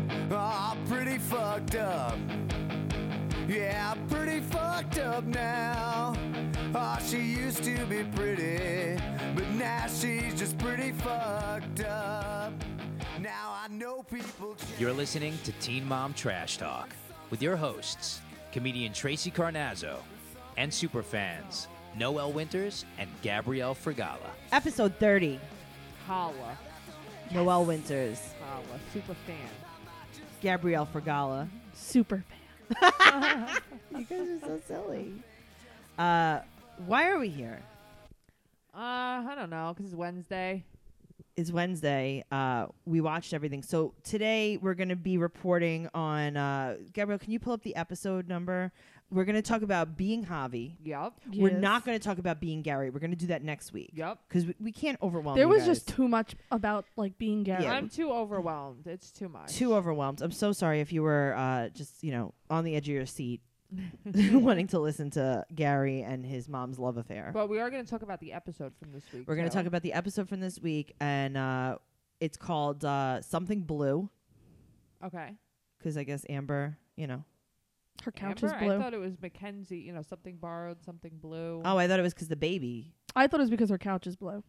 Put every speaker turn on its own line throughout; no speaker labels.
Oh, fucked up. Yeah, pretty fucked up now. Aw, she used to be pretty, but now she's just pretty fucked up. Now I know people. change.
You're listening to Teen Mom Trash Talk with your hosts, comedian Tracy Carnazzo, and superfans Noel Winters and Gabrielle Fregala.
Episode 30,
Holla.
Noel Winters,
Holla. Super fan.
Gabrielle Fergala.
Super
You guys are so silly. Uh, why are we here?
Uh, I don't know, because it's Wednesday.
It's Wednesday. Uh, we watched everything. So today we're going to be reporting on. Uh, Gabrielle, can you pull up the episode number? We're going to talk about being Javi.
Yup.
We're not going to talk about being Gary. We're going to do that next week.
Yup.
Because we, we can't overwhelm
There
you
was
guys.
just too much about like being Gary.
Yeah.
I'm too overwhelmed. It's too much.
too overwhelmed. I'm so sorry if you were uh, just you know on the edge of your seat, wanting to listen to Gary and his mom's love affair.
But we are going to talk about the episode from this week.
We're going to
too.
talk about the episode from this week, and uh, it's called uh, something blue
Okay.
because I guess Amber, you know.
Her couch
Amber,
is blue.
I
I
thought it was Mackenzie, you know, something borrowed, something blue.
Oh, I thought it was because the baby.
thought, it was because her couch is blue.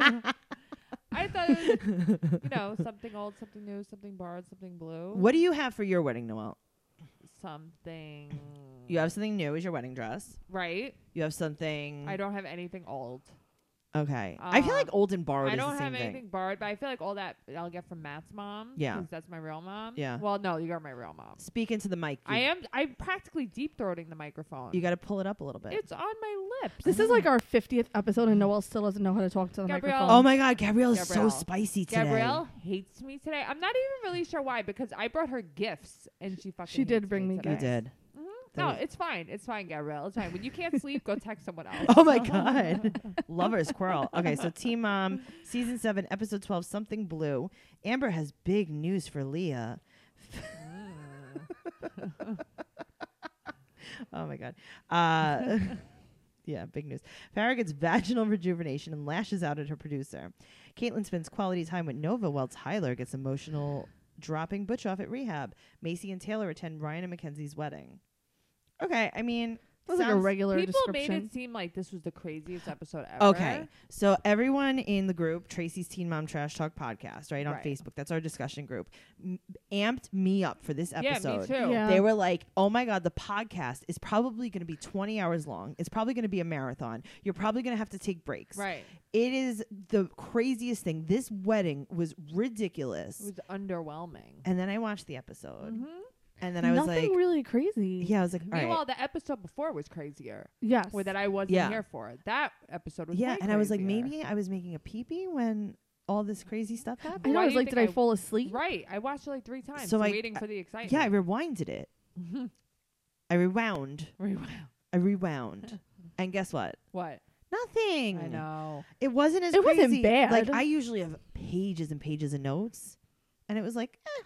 I thought it was, you know, something old, something new, something borrowed, something blue.
What do you have for your wedding, Noel?
Something.
You have something new as your wedding dress.
Right?
You have something.
I don't have anything old.
Okay. I feel like
Um,
old and borrowed
I
is
don't
the same
have
thing.
anything borrowed, but I feel like all that I'll get from Matt's mom.
Yeah.
'cause that's my real mom.
Yeah.
Well, no, you are my real mom.
Speak into the mic. You,
I am. I'm practically deep throating the microphone.
You got to pull it up a little bit.
it's on my lips.
This is like our 50th episode, and Noel still doesn't know how to talk to the
Ah. Gabrielle.
microphone.
oh my God, Gabrielle is so
Gabrielle.
spicy today.
Gabrielle hates me today. I'm not even really sure why because I brought her gifts and she fucking.
She did
hates
bring me
today.
You
Nice. gifts.
did.
Mhm.
That
No,
was-
it's fine. It's fine, Gabrielle. It's fine. When you can't sleep, go text someone else.
Oh my God. Lover's Quarrel. Okay, so Team Mom, Season 7, Episode 12, Something Blue. Amber has big news for Leah. Oh my God. Uh, yeah, big news. Farrah gets vaginal rejuvenation and lashes out at her producer. Caitlin spends quality time with Nova while Tyler gets emotional, dropping Butch off at rehab. Macy and Taylor attend Ryan and Mackenzie's wedding. Okay, I mean,
That's like a
sounds-
regular
People made
description.
it seem like this was the craziest episode ever.
Okay. So everyone in the group, Tracy's Teen Mom Trash Talk podcast, right on
Right.
Facebook, that's our discussion group, m- amped me up for this
Yeah,
episode.
me too.
Yeah.
They were like, "Oh my god, the podcast is probably going to be 20 hours long. It's probably going to be a marathon. You're probably going to have to take breaks."
Right.
It is the craziest thing. This wedding was ridiculous.
It was underwhelming.
and then I watched the episode,
Mhm.
and then I was
Nothing
like,
really crazy.
"Yeah, I was like, all right."
Meanwhile, the episode before was crazier,
Yes.
or that I wasn't
Yeah.
here for. That episode was
yeah,
way
and I was like,
crazier.
maybe I was making a peepee when all this crazy stuff
I
happened.
know.
Why
I
do
was
you
like,
think
did I,
I-
fall asleep?
Right, I watched it like three times,
So I- uh,
waiting for the excitement.
Yeah, I rewinded it. I rewound.
Rewound.
I rewound. and guess what?
What?
Nothing.
I know.
It wasn't as
It wasn't
crazy. Like
bad.
I usually have pages and pages of notes, and it was like, eh,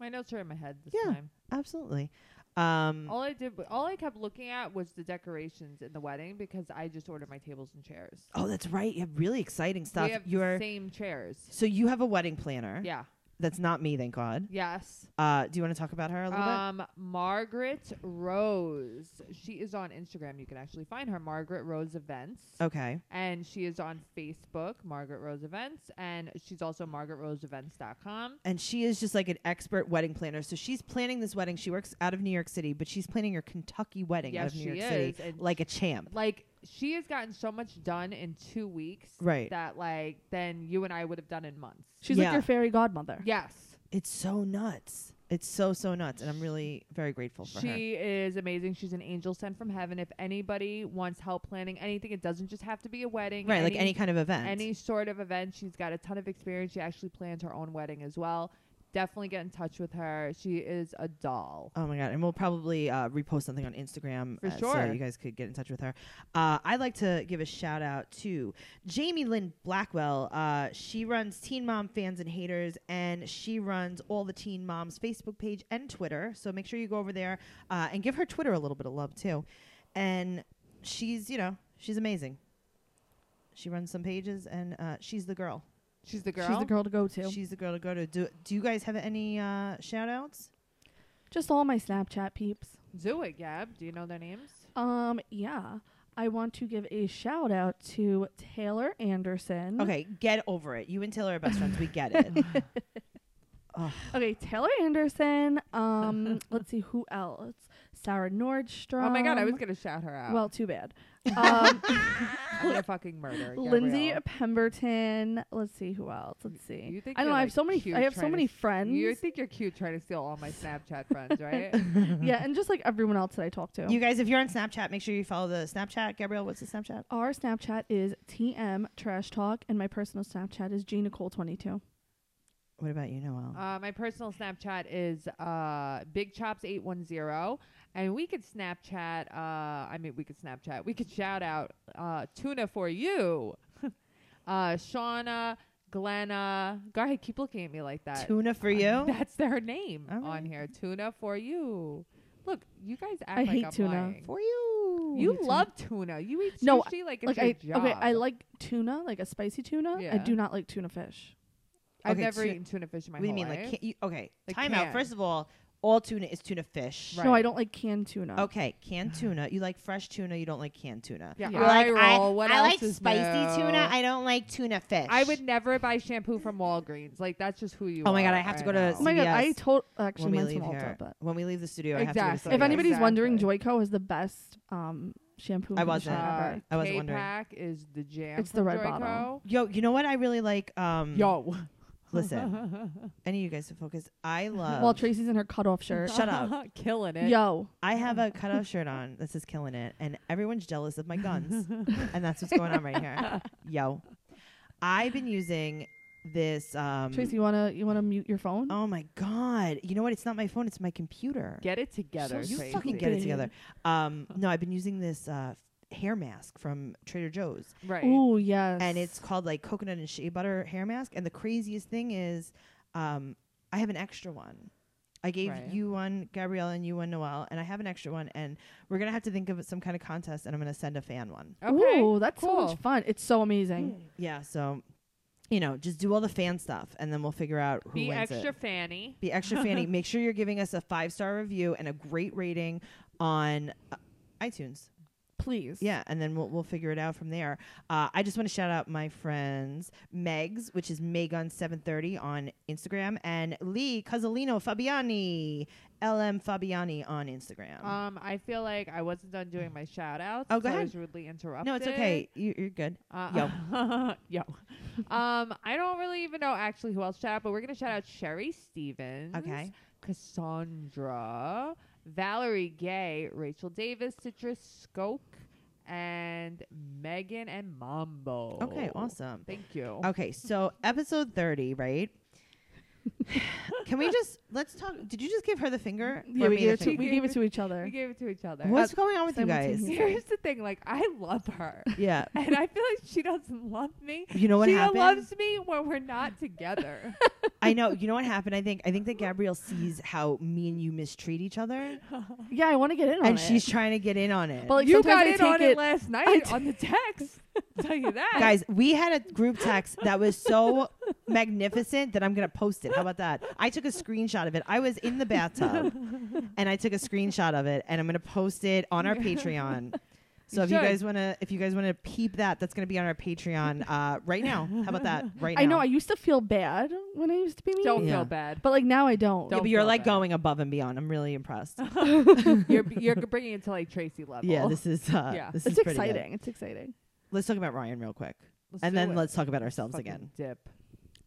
My notes are in my head this
Yeah.
time.
absolutely. Um,
All I did, w- all I kept looking at was the decorations in the wedding because I just ordered my tables and chairs.
oh, that's right. You have really exciting stuff.
We have the
You're
same chairs.
so you have a wedding planner.
Yeah.
That's not me, thank God.
Yes.
Uh, do you want to talk about her a little
Um, Margaret Rose. She is on Instagram. You can actually find her, Margaret Rose Events.
bit? Okay.
And she is on Facebook, Margaret Rose Events. And she's also margaretroseevents.com.
And she is just like an expert wedding planner. So she's planning this wedding. She works out of New York City, but she's planning her Kentucky wedding out
Yes,
of New
she
York
is.
City
And
like a champ.
Like, she has gotten so much done in two weeks.
Right.
That, like, then you and I would have done in months.
She's
Yeah.
like your fairy godmother.
Yes.
It's so nuts. It's so so nuts, and I'm really very grateful for her.
She is amazing. She's an angel sent from heaven. If anybody wants help planning anything, it doesn't just have to be a wedding.
Right, like any kind of event.
any sort of event. She's got a ton of experience. She actually plans her own wedding as well. Definitely get in touch with her. She is a doll.
Oh my god! And we'll probably uh, repost something on Instagram
For
uh, so
sure.
you guys could get in touch with her. Uh, I'd like to give a shout out to Jamie Lynn Blackwell. Uh, she runs Teen Mom Fans and Haters, and she runs all the Teen Moms Facebook page and Twitter. So make sure you go over there uh, and give her Twitter a little bit of love too. And she's you know she's amazing. She runs some pages, and uh, she's the girl.
She's the girl.
She's the girl to go to.
She's the girl to go to. Do, do you guys have any uh, shout outs?
Just all my Snapchat peeps.
Do it, Gab. Do you know their names?
Um, yeah. I want to give a shout out to Taylor
Mm-hmm.
Anderson.
Okay, get over it. You and Taylor are best friends. We get it.
Okay, Taylor Anderson. Um, let's see who else. Sarah Nordstrom.
oh my god, I was gonna Oh shout her out.
Well, too bad. Um,
I'm gonna fucking murder
Lindsay
Gabrielle.
Pemberton. Let's see who else. Let's see.
You think
I don't
you're,
know. I
like,
have so many.
cute
I have
trying
so
to
many
s-
friends.
You think you're cute trying to steal all my Snapchat friends, right?
yeah, and just like everyone else that I talk to.
you guys, if you're on Snapchat, make sure you follow the Snapchat. Gabrielle, what's the Snapchat?
Our Snapchat is TM Trash Talk, and my personal Snapchat is G Nicole twenty two.
What about you, Noel?
Uh, my personal Snapchat is uh, Big Chops eight one zero, and we could Snapchat. Uh, I mean, we could Snapchat. We could shout out uh, tuna for you, uh, Shauna, Glenna. Go ahead, keep looking at me like that.
Tuna for you.
That's their name
All right.
on here. Tuna for you. Look, you guys act
I
like
hate
I'm
tuna.
lying.
For you.
You love tuna. You eat
No,
sushi like it's
Like
your
I
job.
okay, I like tuna, like a spicy tuna. I
Yeah.
do not like tuna fish.
I've
Okay,
never
tuna-
eaten tuna fish in my
What do you
whole
mean?
life.
Like, can you, okay,
Like
time out.
can.
First of all, all tuna is tuna fish.
Right.
No, I don't like canned tuna.
Okay, canned tuna. You like fresh tuna. You don't like canned tuna.
Yeah,
Yeah.
You're
eye
like,
roll. What
I
else
like
is
spicy
new?
tuna. I don't like tuna fish.
I would never buy shampoo from Walgreens. Like that's just who you are.
Oh my God, I have to go to
Oh my god, I
Yes.
told actually
when we
mine's
leave
from Ulta,
here.
but
When we leave the studio, I have to. Go
Exactly.
to
if
yeah,
anybody's
exactly.
wondering, Joyco is the best um shampoo.
I
and
wasn't.
conditioner
uh,
ever.
I was wondering.
K-Pac is the jam.
It's the
from
red
Joyco.
bottle.
Yo, you know what I really like? Um,
Yo,
listen, I need you guys to focus. I love.
While Tracy's in her cutoff shirt.
Shut up.
killing it.
Yo,
I have a cutoff shirt on. This is killing it, and everyone's jealous of my guns, and that's what's going on right here. Yo, I've been using this. Um,
Tracy, you wanna you wanna mute your phone?
Oh my god! You know what? It's not my phone. It's my computer.
Get it together.
you
Tracy.
fucking get it
stupid.
together. Um, no, I've been using this uh, hair mask from Trader Joe's.
right.
Ooh, yes.
and it's called like coconut and shea butter hair mask. And the craziest thing is, um, I have an extra one. I gave
Right.
you one, Gabrielle, and you one, Noel, and I have an extra one. And we're gonna have to think of some kind of contest, and I'm gonna send a fan one.
Okay.
Ooh, that's so
cool.
much fun. It's so amazing.
Yeah, so you know, just do all the fan stuff, and then we'll figure out who
Be
wins
extra
it.
fanny.
Be extra fanny. Make sure you're giving us a five star review and a great rating on uh, iTunes.
Please.
Yeah, and then we'll we'll figure it out from there. Uh, I just want to shout out my friends Megs, which is Megan seven thirty on Instagram, and Lee Casalino Fabiani, LM Fabiani on Instagram.
Um, I feel like I wasn't done doing my shout outs.
Oh, go
so I
ahead.
was rudely interrupted.
no, it's okay. You, you're good.
Uh, yo. Um, I don't really even know actually who else shout out, but we're gonna shout out Sherry Stevens.
Okay.
Cassandra, Valerie Gay, Rachel Davis, Citrus Skoke, and Megan and Mambo.
Okay, awesome.
Thank you.
Okay, so episode thirty, right? Can we just let's talk? Did you just give her the finger?
Yeah,
Or
we
me
gave,
the
it to,
finger?
we gave it to each
We
other.
gave it to each other. Uh,
What's going on with you guys?
simultaneously.
Here's the thing, like I love her.
Yeah,
And I feel like she doesn't love me.
you know what
she
happened?
loves me when we're not together.
I know. You know what happened? I think. I think that Gabrielle sees how me and you mistreat each other,
Oh, Yeah, I want to get in on
and
it.
she's trying to get in on it.
But like
you
sometimes
got
I
in
take
on it,
it.
last night on the text. I'll tell you that.
Guys, we had a group text that was so magnificent that I'm going to post it. How about that? I took a screenshot of it. I was in the bathtub and I took a screenshot of it and I'm going to post it on our Patreon. So
You
if you
should.
guys want to if you guys want to peep that, that's going to be on our Patreon uh, right now. How about that? Right now.
I know. I used to feel bad when I used to be mean,
don't
Yeah.
feel bad.
but like now I don't.
yeah,
Don't
but you're
feel
like
bad.
going above and beyond. I'm really impressed.
you're you're bringing it to like Tracy level.
yeah, this is uh,
Yeah.
this
It's
is pretty good.
exciting. It's exciting.
Let's talk about Ryan real quick,
Let's
and
do
then
it.
let's talk about ourselves
Fucking
again.
Dip.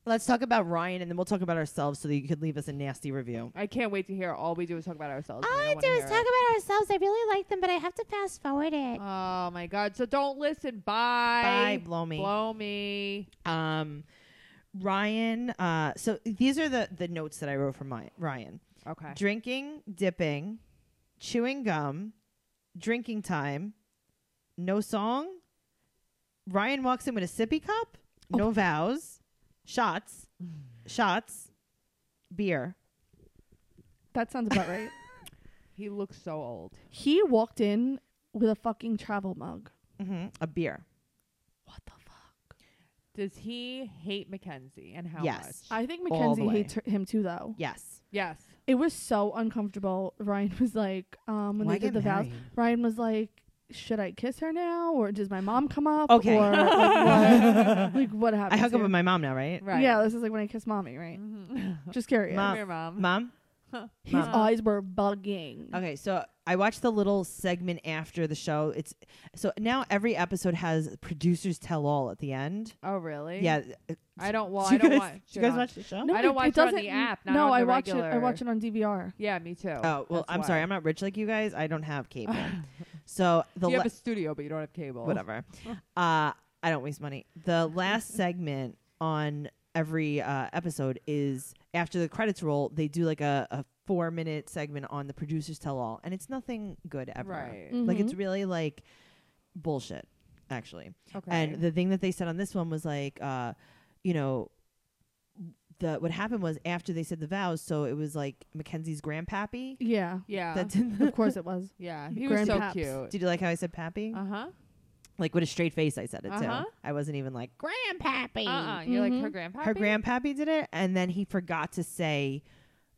Let's talk about Ryan, and then we'll talk about ourselves so that you could leave us a nasty review.
I can't wait to hear. All we do is talk about ourselves.
All
and
I
don't
do
wanna
is
hear
talk about ourselves. I really like them, but I have to fast forward it.
it. Oh my god! So don't listen.
Bye,
Bye.
blow me.
Blow me.
Um, Ryan. Uh, so these are the the notes that I wrote for my Ryan:
Okay.
drinking, dipping, chewing gum, drinking time, no song. Ryan walks in with a sippy cup,
Oh.
no vows, shots, shots, beer.
That sounds about right.
He looks so old.
he walked in with a fucking travel mug.
hmm a beer.
What the fuck?
Does he hate Mackenzie and how
Yes.
much?
I think
All the
Mackenzie
way.
hates her, him too, though.
Yes.
Yes.
It was so uncomfortable. Ryan was like, um, when
Why
they did
get
the vows,
married?
Ryan was like, should I kiss her now, or does my mom come up?
Okay.
Or, like, what, like, what happens?
I hook up
here?
with my mom now, right? Mm-hmm.
Right.
Yeah, this is like when I kiss mommy, right?
Mhm.
Just curious.
Mom.
Come here, mom.
Mom.
His
Mom.
eyes were bugging.
Okay, so I watched the little segment after the show. It's so now every episode has producers tell all at the end.
Oh, really?
Yeah,
I don't. Well,
Do
I
you
don't
guys,
watch.
do you
it
guys
on-
watch the show?
No,
I don't watch it on the
doesn't-
app, not
No,
on the
I watch it. I
regular.
watch it on DVR.
Yeah, me too.
Oh well,
That's
I'm
why.
sorry, I'm not rich like you guys. I don't have cable, so the
you
la-
have a studio, but you don't have cable.
whatever. uh, I don't waste money. The last segment on every uh, episode is after the credits roll. They do like a, a four minute segment on the producers tell all, and it's nothing good ever.
Right.
Like
Mhm.
it's really like bullshit, actually.
Okay.
And the thing that they said on this one was like, uh, you know, the what happened was after they said the vows, so it was like Mackenzie's grandpappy
Mm-hmm. Yeah,
yeah.
that did.
of course it was.
yeah. He was so
Grandpaps.
cute.
Did you like how I said pappy?
Uh huh.
like with a straight face, I said it
Uh-huh.
too. I wasn't even like
Grandpappy.
Uh uh. You're like her
Mhm.
grandpa.
her grandpappy did it, and then he forgot to say,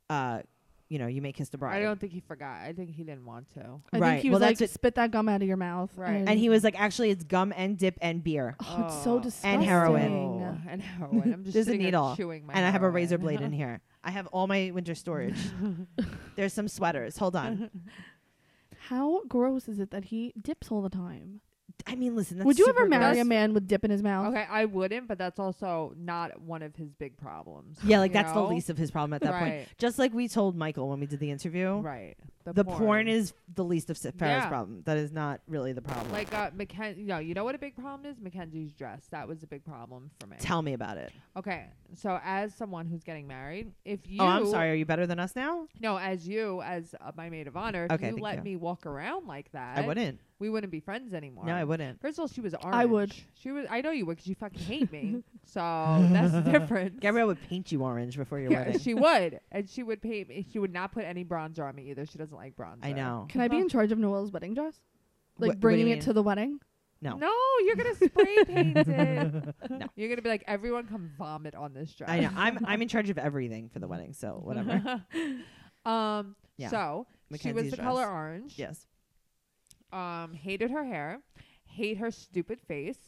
uh, you know, you may kiss the bride.
I don't think he forgot. I think he didn't want to.
I
Right.
think he
Well,
was like,
that's what-
spit that gum out of your mouth.
Right.
and he was like, actually, it's gum and dip and beer.
oh, it's so
Oh.
disgusting.
And heroin.
Oh, and heroin. I'm just
There's a
sitting here
needle,
chewing my
and I have a
heroin.
razor blade in here. I have all my winter storage. There's some sweaters. Hold on.
How gross is it that he dips all the time?
I mean, listen. That's
Would you ever
super
marry
gross.
a man with dip in his mouth?
Okay, I wouldn't, but that's also not one of his big problems.
Yeah, like
you
that's
know?
the least of his problem at that point.
Right.
Just like we told Michael when we did the interview,
Right.
the porn. is the least of Sarah's
Yeah.
problem. That is not really the problem.
like uh, Mackenzie. No, you know what a big problem is? Mackenzie's dress. That was a big problem for me.
tell me about it.
okay, so as someone who's getting married, if you
oh, I'm sorry. Are you better than us now?
no, as you as uh, my maid of honor, if
Okay,
you
thank
let
you.
me walk around like that,
I wouldn't.
We wouldn't be friends anymore.
No, I wouldn't.
First of all, she was orange.
I would.
She was. I know you would because you fucking hate me. so that's the difference.
Gabrielle would paint you orange before your
Yeah,
wedding.
she would, and she would paint me. She would not put any bronzer on me either. She doesn't like bronzer.
I know.
Can I be in charge of Noel's wedding dress?
Wha- what
Like
do you
bringing
mean?
it to the wedding?
No.
No, you're gonna spray paint it. You're gonna be like, everyone come vomit on this dress.
I know. I'm I'm in charge of everything for the wedding, so whatever.
um.
Yeah.
So she was
Mackenzie's
the color
dress.
orange.
yes.
Um. Hated her hair. Hate her stupid face.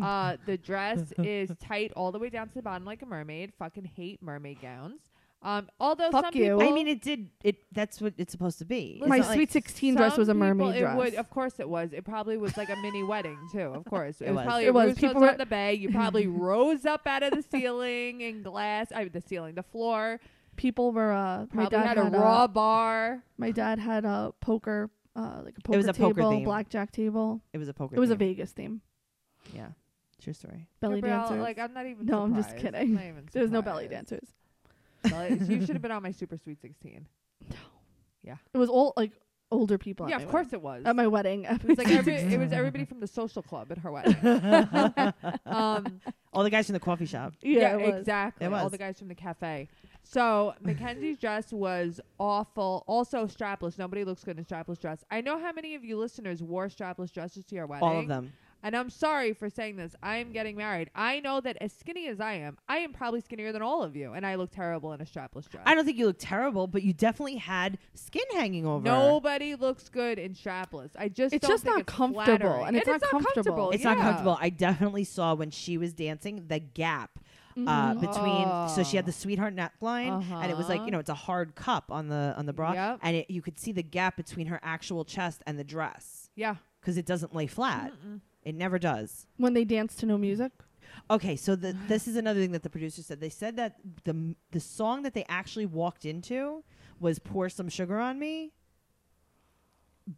Uh. the dress is tight all the way down to the bottom like a mermaid. Fucking hate mermaid gowns. Um. Although
Fuck
some
you.
people,
I mean, it did. It that's what it's supposed to be. It's
My
not like-
sweet sixteen dress
Some
was a
people,
mermaid
it
dress.
Would, uh, of course it was. It probably was like a mini wedding too. Of course, it,
It
was,
was.
probably
It was.
Russo's
People were-
on the bay. You probably rose up out of the ceiling in glass. I mean, the ceiling, the floor.
People were uh, my
Probably
dad
had a raw bar.
my dad had a poker, uh, like a poker
It was a
table,
poker theme.
blackjack table.
It was a poker.
It was a
theme.
Vegas theme,
Yeah. True story.
belly
Gabrielle,
dancers.
uh, Like I'm not even.
No, I'm just
surprised.
kidding.
not even
There was no belly
surprised.
dancers.
Belly- you should have been on my super sweet sixteen.
It was all like older people.
yeah,
at
of
my
course it was.
wedding. At my wedding, it
it was like every, it was everybody from the social club at her wedding. um,
All the guys from the coffee shop.
yeah,
yeah,
it was.
exactly.
It
All
was.
the guys from the cafe. So Mackenzie's dress was awful. Also strapless. Nobody looks good in a strapless dress. I know how many of you listeners wore strapless dresses to your wedding.
All of them.
And I'm sorry for saying this. I am getting married. I know that as skinny as I am, I am probably skinnier than all of you, and I look terrible in a strapless dress.
I don't think you look terrible, but you definitely had skin hanging over.
Nobody looks good in strapless. I just
It's
don't
just
think
not
it's
comfortable,
flattering.
and it's not comfortable.
It's
yeah.
not comfortable. I definitely saw when she was dancing the gap uh,
Mhm.
between. So she had
Mm-hmm. Oh.
the sweetheart neckline, and it was like
Uh-huh.
you know it's a hard cup on the on the bra,
Yep.
and it, you could see the gap between her actual chest and the dress
Yeah.
because it doesn't lay flat. It never does.
when they danced to no music.
Okay, so the, this is another thing that the producer said. They said that the the song that they actually walked into was "Pour Some Sugar on Me,"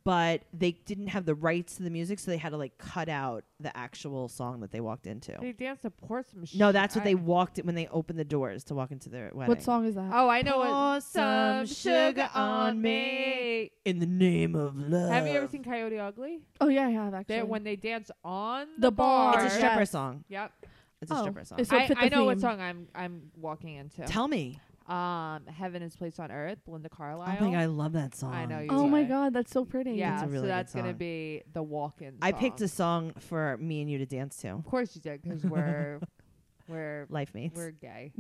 but they didn't have the rights to the music, so they had to like cut out the actual song that they walked into.
They dance to pour some shit.
No, that's what
I-
they walked it when they opened the doors to walk into their wedding.
What song is that?
Oh, I know
Pour
it.
some sugar on me. In the name of love.
Have you ever seen Coyote Ugly?
Oh yeah, I have actually.
They, when they dance on
The
the bar.
bar.
It's a
strap-
stripper
Yes.
song.
Yep.
It's a
Oh,
stripper song.
it's- So
I,
fit the
I know what
theme.
song I'm I'm walking into.
Tell me.
um, Heaven is Placed on Earth, Belinda Carlisle.
I think Oh I love that song.
I know you
oh my
do.
god, that's so pretty.
yeah,
That's a really
so
good
that's gonna
song.
be the walk-in.
I picked
song.
a song for me and you to dance to.
Of course you did, because we're We're
life mates.
we're gay.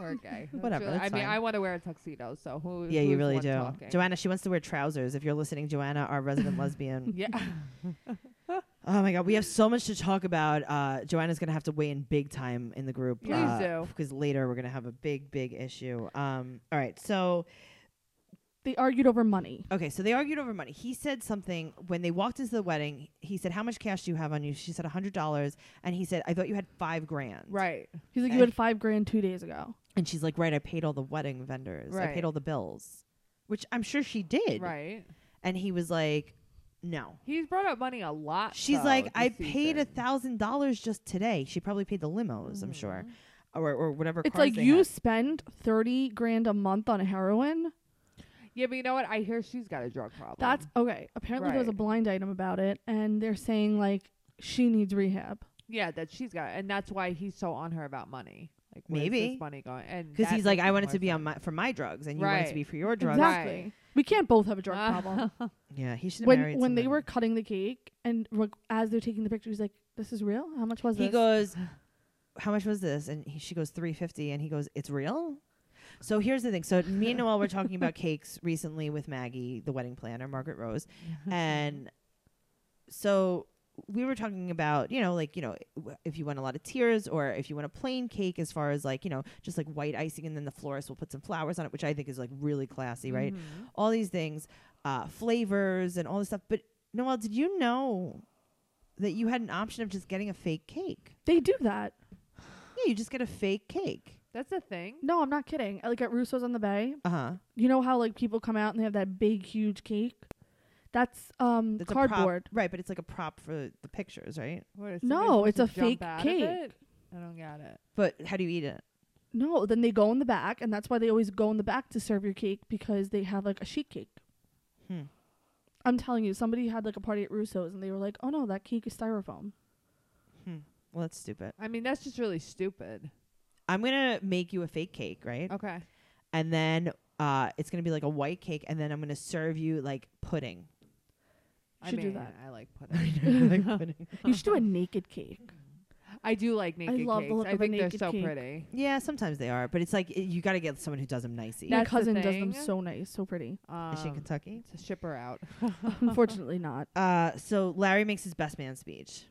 we're gay. I'm
Whatever,
sure- I
that's
mean,
fine.
I want to wear a tuxedo. So who?
yeah, you
who's
really
one
do.
talking?
Joanna, she wants to wear trousers. If you're listening, Joanna, our resident lesbian.
Yeah.
Oh my God, we have so much to talk about. Uh, Joanna's gonna have to weigh in big time in the group.
Please do.
because later we're gonna have a big, big issue. Um, all right, so
They argued over money.
okay, so they argued over money. He said something when they walked into the wedding. He said, "How much cash do you have on you?" She said, "A hundred dollars," and he said, "I thought you had five grand."
Right.
He's like, you
And-
had five grand two days ago.
And she's like, "Right, I paid all the wedding vendors. I
Right.
paid all the bills," which I'm sure she did.
Right.
And he was like, "No."
He's brought up money a lot.
She's
though,
like,
this
I paid a
season.
thousand dollars just today. She probably paid the limos, I'm sure, or or whatever.
It's
cars
like
they
you
had.
spend thirty grand a month on heroin.
Yeah, but you know what? I hear she's got a drug problem.
That's okay. Apparently there was a
Right.
blind item about it, and they're saying like she needs rehab.
yeah, that she's got, and that's why he's so on her about money. Like where's
Maybe.
this money going, and
because
that
he's like,
makes
I want it
more
to be on
sense.
my for my drugs, and you want it to
Right.
be for your drugs.
Exact-
Exactly.
Right.
We can't both have a drug problem.
Yeah, he should have
when
married
when they
somebody.
were cutting the cake and re- as they're taking the picture, he's like, "This is real. How much was
He
this?"
goes, "How much was this?" And he, she goes, 350 And he goes, "It's real." So here's the thing. So me and Noel were talking about cakes recently with Maggie, the wedding planner, Margaret Rose, and so we were talking about you know like you know w- if you want a lot of tears or if you want a plain cake as far as like you know just like white icing and then the florist will put some flowers on it which i think is like really classy right all these things uh flavors and all this stuff but noel did you know that you had an option of just getting a fake cake
They do that.
yeah you just get a fake cake
That's a thing.
No, I'm not kidding. Like at Russo's on the Bay,
uh-huh
you know how like people come out and they have that big huge cake. That's um
That's a prop-
cardboard.
right but it's like a prop for the pictures right
What, is
No,
somebody
it's
supposed to
a
jump
fake
out of
cake.
it? I don't get it.
but how do you eat it
No, then they go in the back, and that's why they always go in the back to serve your cake because they have like a sheet cake.
Hmm.
I'm telling you, somebody had like a party at Russo's, and they were like, "Oh no, that cake is styrofoam."
well that's stupid
I mean, that's just really stupid.
i'm gonna make you a fake cake right
Okay.
and then uh, it's gonna be like a white cake, and then I'm gonna serve you like pudding.
I
Should do
mean,
that.
I like pudding.
like pudding.
you should do a naked cake.
I do like naked
love the
cakes.
look
I
of a
think they're
naked
so
cake.
pretty.
Yeah, sometimes they are, but it's like you got to get someone who does them nicey.
My
That's the
cousin does them
thing.
so nice, so pretty.
Um,
Is she in Kentucky?
To ship her out.
Unfortunately, not.
Uh, so Larry makes his best man speech,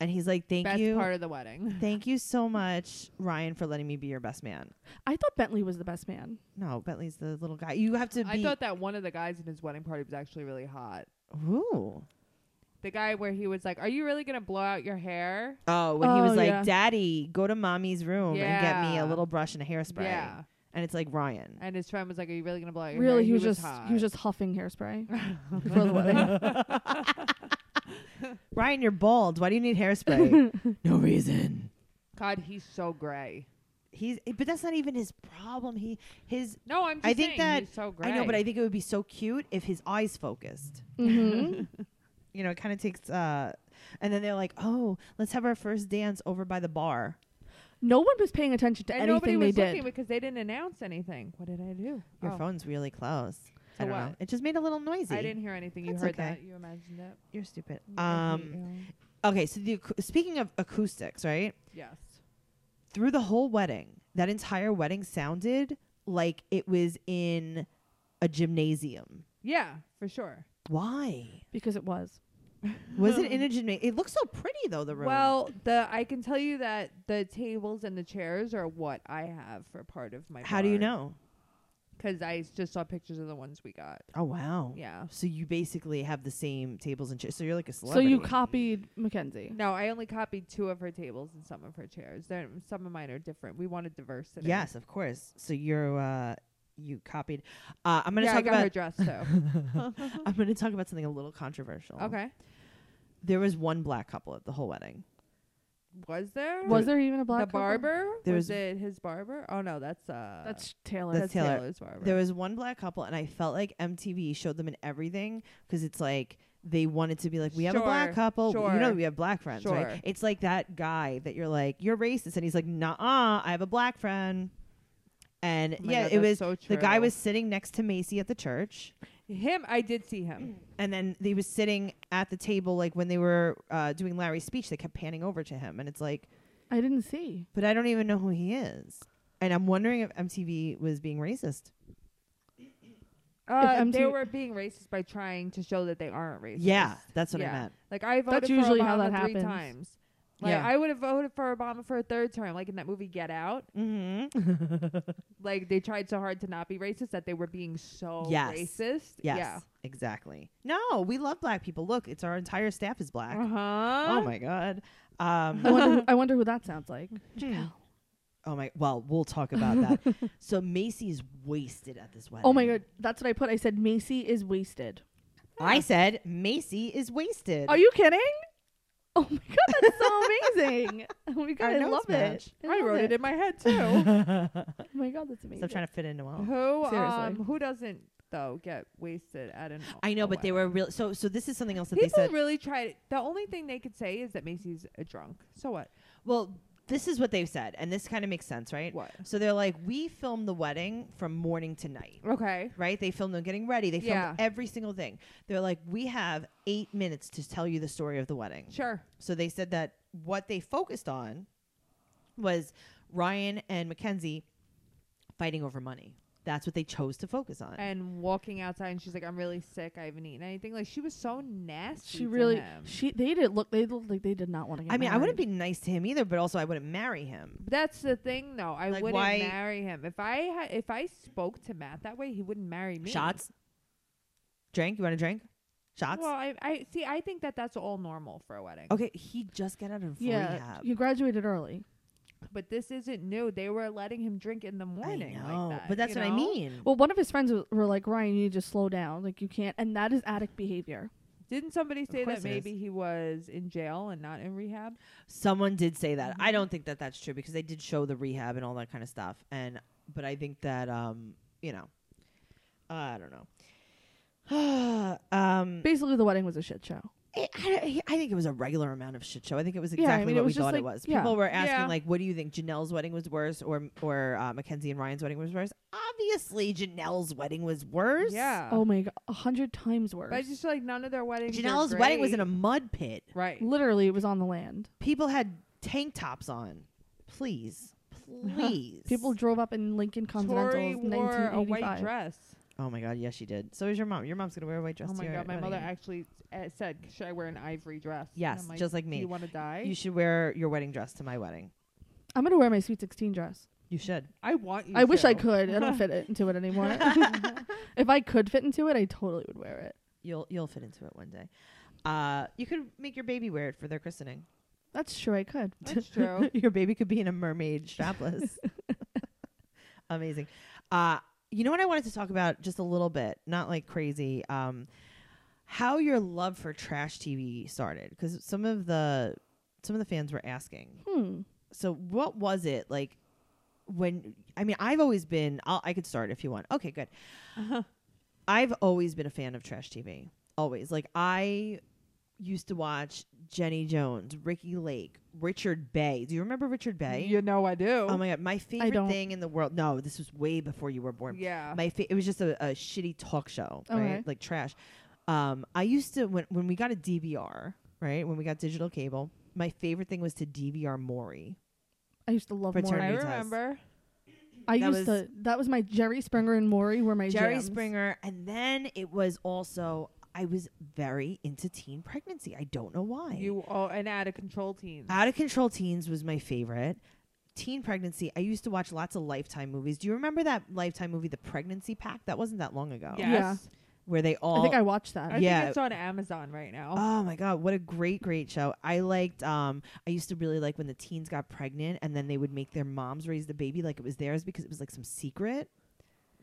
and he's like, "Thank
Best
you,
part of the wedding.
thank you so much, Ryan, for letting me be your best man."
I thought Bentley was the best man.
No, Bentley's the little guy. You have to be.
I thought that one of the guys in his wedding party was actually really hot.
Ooh.
The guy where he was like, "Are you really gonna blow out your hair?"
Oh, when he was
Oh,
like,
yeah.
"Daddy, go to mommy's room and get me a
Yeah.
little brush and a hairspray,"
Yeah.
and it's like Ryan.
And his friend was like, "Are you really gonna blow out your hair?"
Really, he, was, just
hot.
he was just huffing hairspray for the wedding.
Ryan, you're bald. Why do you need hairspray? no reason.
God, he's so gray.
He's but that's not even his problem. He his
No, I'm. Just
I think
saying,
that-
he's so gray.
I know, but I think it would be so cute if his eyes focused.
hmm
You know, it kind of takes uh and then they're like, "Oh, let's have our first dance over by the bar."
No one was paying attention to
and nobody
anything they
was looking
did.
because they didn't announce anything. What did I do?
Your
Oh,
phone's really close. I
So
don't
what?
know. It just made a little noisy.
I didn't hear anything. You
That's
heard
okay.
that? You imagined it?
You're stupid.
I hate
Um
you.
okay, so the acou- speaking of acoustics, right?
Yes.
Through the whole wedding, that entire wedding sounded like it was in a gymnasium.
Yeah, for sure.
Why?
Because it was.
Was it in a gymnasium? It looks so pretty though. The room.
Well, the I can tell you that the tables and the chairs are what I have for part of my.
how do you know?
Because I s- just saw pictures of the ones we got.
Oh wow.
Yeah.
So you basically have the same tables and chairs. So you're like a
So
celebrity.
you copied Mackenzie.
No, I only copied two of her tables and some of her chairs. There, some of mine are different. We wanted diversity.
Yes, of course. So you're uh, you copied. Uh, I'm gonna
yeah, I
talk
got her
about.
dress too.
I'm gonna talk about something a little controversial.
okay.
There was one black couple at the whole wedding.
Was there?
Was there even a black
the
couple?
barber?
There
was
was-
it his barber? Oh no, that's uh
That's Taylor.
That's- Taylor.
Taylor's barber.
There was one black couple, and I felt like MTV showed them in everything because it's like they wanted to be like, we have a black
Sure,
couple. You know,
sure,
we have black friends,
sure.
right? It's like that guy that you're like, you're racist, and he's like, nah, I have a black friend. And
Oh my
yeah,
God,
it
that's
was
so
the guy
true.
was sitting next to Macy at the church,
him. I did see him.
and then they was sitting at the table like when they were uh, doing Larry's speech. They kept panning over to him, and it's like,
I didn't see.
but I don't even know who he is. And I'm wondering if MTV was being racist.
Mm.
Uh, they
MTV
were being racist by trying to show that they aren't racist.
Yeah, that's what
Yeah.
I meant.
Like I voted
That's
for
usually
Obama
how that
three
happens.
times. Like
Yeah.
I would have voted for Obama for a third term, like in that movie Get Out.
Mm-hmm.
Like they tried so hard to not be racist that they were being so
Yes.
racist.
Yes,
Yeah.
exactly. No, we love black people. Look, it's our entire staff is black.
Uh-huh.
Uh huh.
Oh my god. Um,
I wonder, who, I wonder who that sounds like.
oh my. Well, we'll talk about that. so Macy's wasted at this wedding.
Oh my god, that's what I put. I said Macy is wasted.
I said Macy is wasted.
Are you kidding? Oh my god, that's so amazing. Oh my god, I,
know it's
love it.
match.
I
love
wrote it in my head too.
Oh my god, that's amazing.
Stop trying to fit into all.
Oh,
Who
Seriously.
um who doesn't though get wasted at an
I know,
a
but they
wedding?
were real. So, so this is something else that
People
they said.
really tried. The only thing they could say is that Macy's a drunk. So what?
well, this is what they've said, and this kind of makes sense, right?
What?
So they're like, we filmed the wedding from morning to night.
Okay.
right? They filmed them getting ready. They filmed
Yeah.
every single thing. They're like, we have eight minutes to tell you the story of the wedding.
Sure.
So they said that what they focused on was Ryan and Mackenzie fighting over money. That's what they chose to focus on.
And walking outside, and she's like, "I'm really sick. I haven't eaten anything." Like she was so nasty.
she
to
really
him.
she they did look they looked like they did not want to get
I mean, I wouldn't
married.
be nice to him either, but also I wouldn't marry him.
That's the thing, though. I
Like,
wouldn't
why-
marry him. If I ha- if I spoke to Matt that way, he wouldn't marry me.
Shots? Drink? You want a drink? Shots?
Well, I, I see. I think that that's all normal for a wedding.
okay, he just got out of
yeah,
rehab.
you graduated early.
But this isn't new. They were letting him drink in the
I
morning. like
know,
that,
but that's
you
what I
know?
mean.
Well, one of his friends w- were like, "Ryan, you need to slow down. Like, you can't." And that is addict behavior.
Didn't somebody say
course
that
it is.
maybe he was in jail and not in rehab?
Someone did say that.
Mm-hmm.
I don't think that that's true because they did show the rehab and all that kind of stuff. And but I think that um, you know, I don't know. um,
Basically, the wedding was a shit show.
it, I, I think it was a regular amount of shit show. I think it was
Yeah, I
exactly
mean, it
what
was
we
just
thought it
like-
was.
yeah.
People were asking
Yeah.
like, "What do you think? Janelle's wedding was worse, or or uh, Mackenzie and Ryan's wedding was worse?" Obviously, Janelle's wedding was worse.
Yeah.
oh my god, a hundred times worse.
But I just feel like none of their weddings. are
Janelle's wedding was in a
great.
mud pit.
right.
Literally, it was on the land.
People had tank tops on. Please, please.
People drove up in Lincoln
Tori
Continentals,
wore a white
1985.
dress.
Oh my god, yes, she did. So is your mom. Your mom's gonna wear a white dress.
oh
to
my
your
god, my mother
wedding.
actually uh, said, "Should I wear an ivory dress?" And
Yes,
I'm
just like
"Do
me.
You want to die?
You should wear your wedding dress to my wedding.
I'm gonna wear my sweet sixteen dress.
You should.
I want you.
I wish I
to.
could. I don't fit it into it anymore. if I could fit into it, I totally would wear it.
You'll you'll fit into it one day. Uh, you could make your baby wear it for their christening.
That's true. I could.
That's true.
your baby could be in a mermaid strapless. Amazing. Uh, you know what I wanted to talk about just a little bit, not like crazy. Um, how your love for trash TV started, because some of the some of the fans were asking.
Hmm.
so what was it like when i mean i've always been I'll, i could start if you want okay good
Uh-huh.
i've always been a fan of trash tv always like i used to watch jenny jones ricky lake richard bay do you remember richard bay
You know I do.
oh my god my favorite
don't.
thing in the world no this was way before you were born
yeah.
my fa- it was just a, a shitty talk show
Okay.
right like trash um i used to when when we got a dvr right when we got digital cable my favorite thing was to dvr maury
I used to love
I
Fraternity.
Maury.
Test.
remember.
I
That
used
was-
to. That was my Jerry Springer and Maury were my
Jerry
jams.
Springer, and then it was also I was very into teen pregnancy. I don't know why.
You all and out of control teens.
Out of Control Teens was my favorite. Teen pregnancy. I used to watch lots of Lifetime movies. Do you remember that Lifetime movie, The Pregnancy Pack? That wasn't that long ago.
yes.
Yeah.
Where they all.
I think I watched
I
that.
think
Yeah.
it's on Amazon right now.
Oh my god, what a great great show. I liked um I used to really like when the teens got pregnant and then they would make their moms raise the baby like it was theirs because it was like some secret.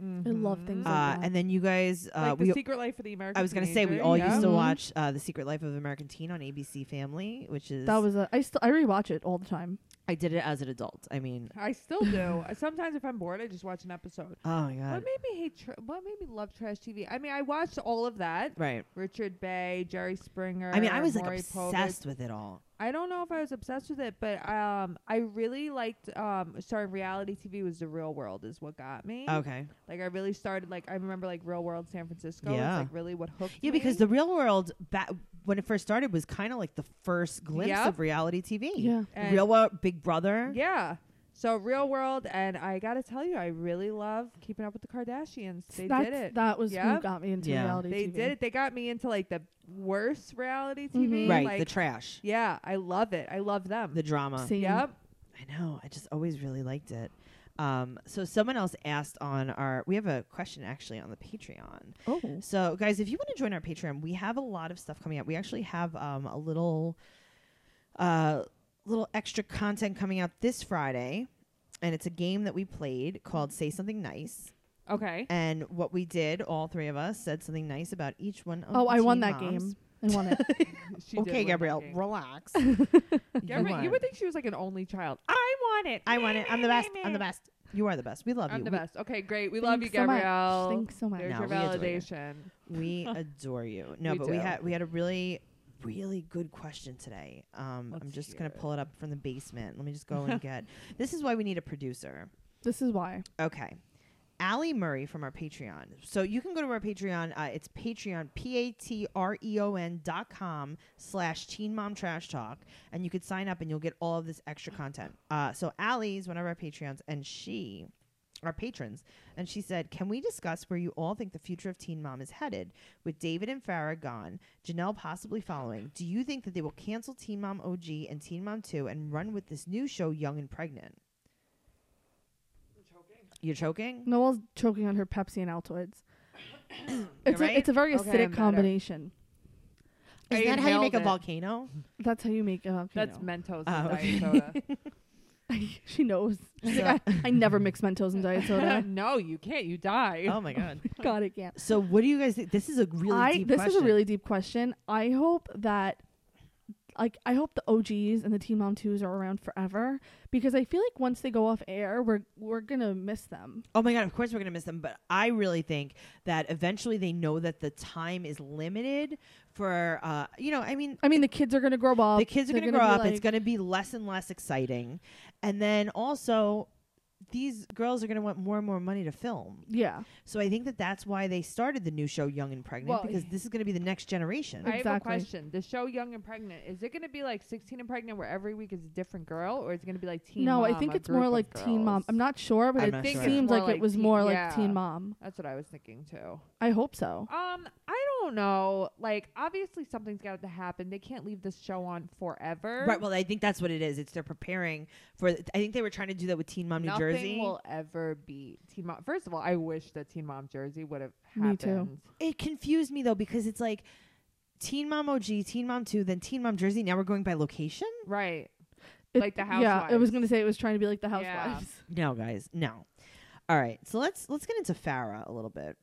I love
Mhm.
things
Uh
like that.
and then you guys uh
like
we
the Secret Life of the American.
I was
going
gonna
to
say we all
yeah.
used to
Mhm.
watch uh, the Secret Life of American Teen on ABC Family, which is
that was a. I still. I rewatch it all the time.
I did it as an adult. I mean,
I still do. Uh, Sometimes if I'm bored, I just watch an episode.
oh my god,
What made me hate? Tra- what made me love trash TV? I mean, I watched all of that.
right?
Richard Bay, Jerry Springer.
I mean, I was like
Maury Povich.
obsessed with it all.
I don't know if I was obsessed with it, but um, I really liked um, starting reality TV was the Real World is what got me.
Okay.
Like I really started like I remember like Real World San Francisco. Yeah.
Yeah.
like really what hooked.
Yeah, because
me.
the real world back when it first started was kind of like the first glimpse
Yep.
of reality TV.
Yeah.
And-
real world, Big Brother.
yeah. So Real World, and I gotta tell you, I really love Keeping Up with the Kardashians. They
That's,
did it.
That was
Yeah.
who got me into
Yeah.
reality
they
TV.
did it. They got me into like the worst reality TV.
Mhm.
Right.
Like,
the trash,
yeah, I love it. I love them.
the drama.
Same.
yep.
I know. I just always really liked it. Um, so someone else asked on our. We have a question actually on the Patreon.
Oh.
So, guys, if you want to join our Patreon, we have a lot of stuff coming up. We actually have um, a little, uh, little extra content coming out this Friday, and it's a game that we played called "Say Something Nice."
Okay.
And what we did, all three of us said something nice about each one. Of
Oh,
the
I won
teen
that
moms.
game. I won it.
She
okay,
did win that
Gabrielle,
game.
relax.
Gabrielle, you,
won.
would think she was like an only child. I want it.
I want it. I'm the best. I'm the best. You are the best. We love
I'm
you.
the
We-
best. Okay, great. We love you,
Thanks so much.
Gabrielle.
Thanks so much.
There's
No,
your
we adore you.
validation.
We adore you. No,
We
but we
do.
had we had a really really good question today. Um, I'm
Let's
just
hear
gonna
it.
pull it up from the basement. Let me just go and get. This is why we need a producer.
This is why.
Okay. Allie Murray from our Patreon. So you can go to our Patreon. Uh, it's Patreon, P-A-T-R-E-O-N E dot com slash Teen Mom Trash Talk. And you could sign up and you'll get all of this extra content. Uh, so Allie is one of our Patreons and she, our patrons, and she said, can we discuss where you all think the future of Teen Mom is headed with David and Farah gone, Janelle possibly following? Do you think that they will cancel Teen Mom OG and Teen Mom 2 and run with this new show, Young and Pregnant? You're choking?
Noelle's choking on her Pepsi and Altoids. it's,
right?
a, it's a very
Okay,
acidic
I'm better.
combination.
I
Is that how you
inhaled
make a
it.
volcano?
That's how you make uh, a volcano.
That's Mentos and
Oh, okay.
diet
she knows. She's like, I, I never mix Mentos and diet
soda.
soda.
no, you can't. You die.
Oh my god!
God, I can't.
So what do you guys think? This is a really
I
deep
this
question.
is a really deep question. I hope that like I hope the OGs and the Teen Mom 2s are around forever because I feel like once they go off air, we're we're going to miss them.
oh my god! Of course we're gonna miss them, but I really think that eventually they know that the time is limited for uh, you know. I mean,
I mean, the kids are going to grow up.
the kids are
They're
gonna, grow
gonna
up.
be
it's
like-
gonna be less and less exciting, and then also these girls are gonna want more and more money to film.
Yeah.
So I think that that's why they started the new show Young and Pregnant
Well,
because this is gonna be the next generation.
I have a
Exactly.
question. The show Young and Pregnant, is it going to be like 16 and Pregnant where every week is a different girl or is it going to be like Teen
no,
Mom?
I think
a
it's
group
more
of
like Teen Mom.
girls?
I'm not sure, but
I'm
it
not
I think
sure.
it's
seems
more
like, it was
teen-
more like
yeah.
Teen Mom.
That's what I was thinking too.
I hope so.
Um, I don't know. Like, obviously something's got to happen. They can't leave this show on forever.
Right. Well, I think that's what it is. It's they're preparing for. I think they were trying to do that with Teen Mom New
Nothing
Jersey.
will ever be Teen Mom. First of all, I wish that Teen Mom Jersey would have
Me
happened.
too.
it confused me though because it's like Teen Mom OG, Teen Mom 2, then Teen Mom Jersey. Now we're going by location?
Right.
It-
Like the
Yeah, I was
Housewives.
going to say it was trying to be like the
Yeah.
Housewives.
No, guys, no. All right, so let's let's get into Farah a little bit.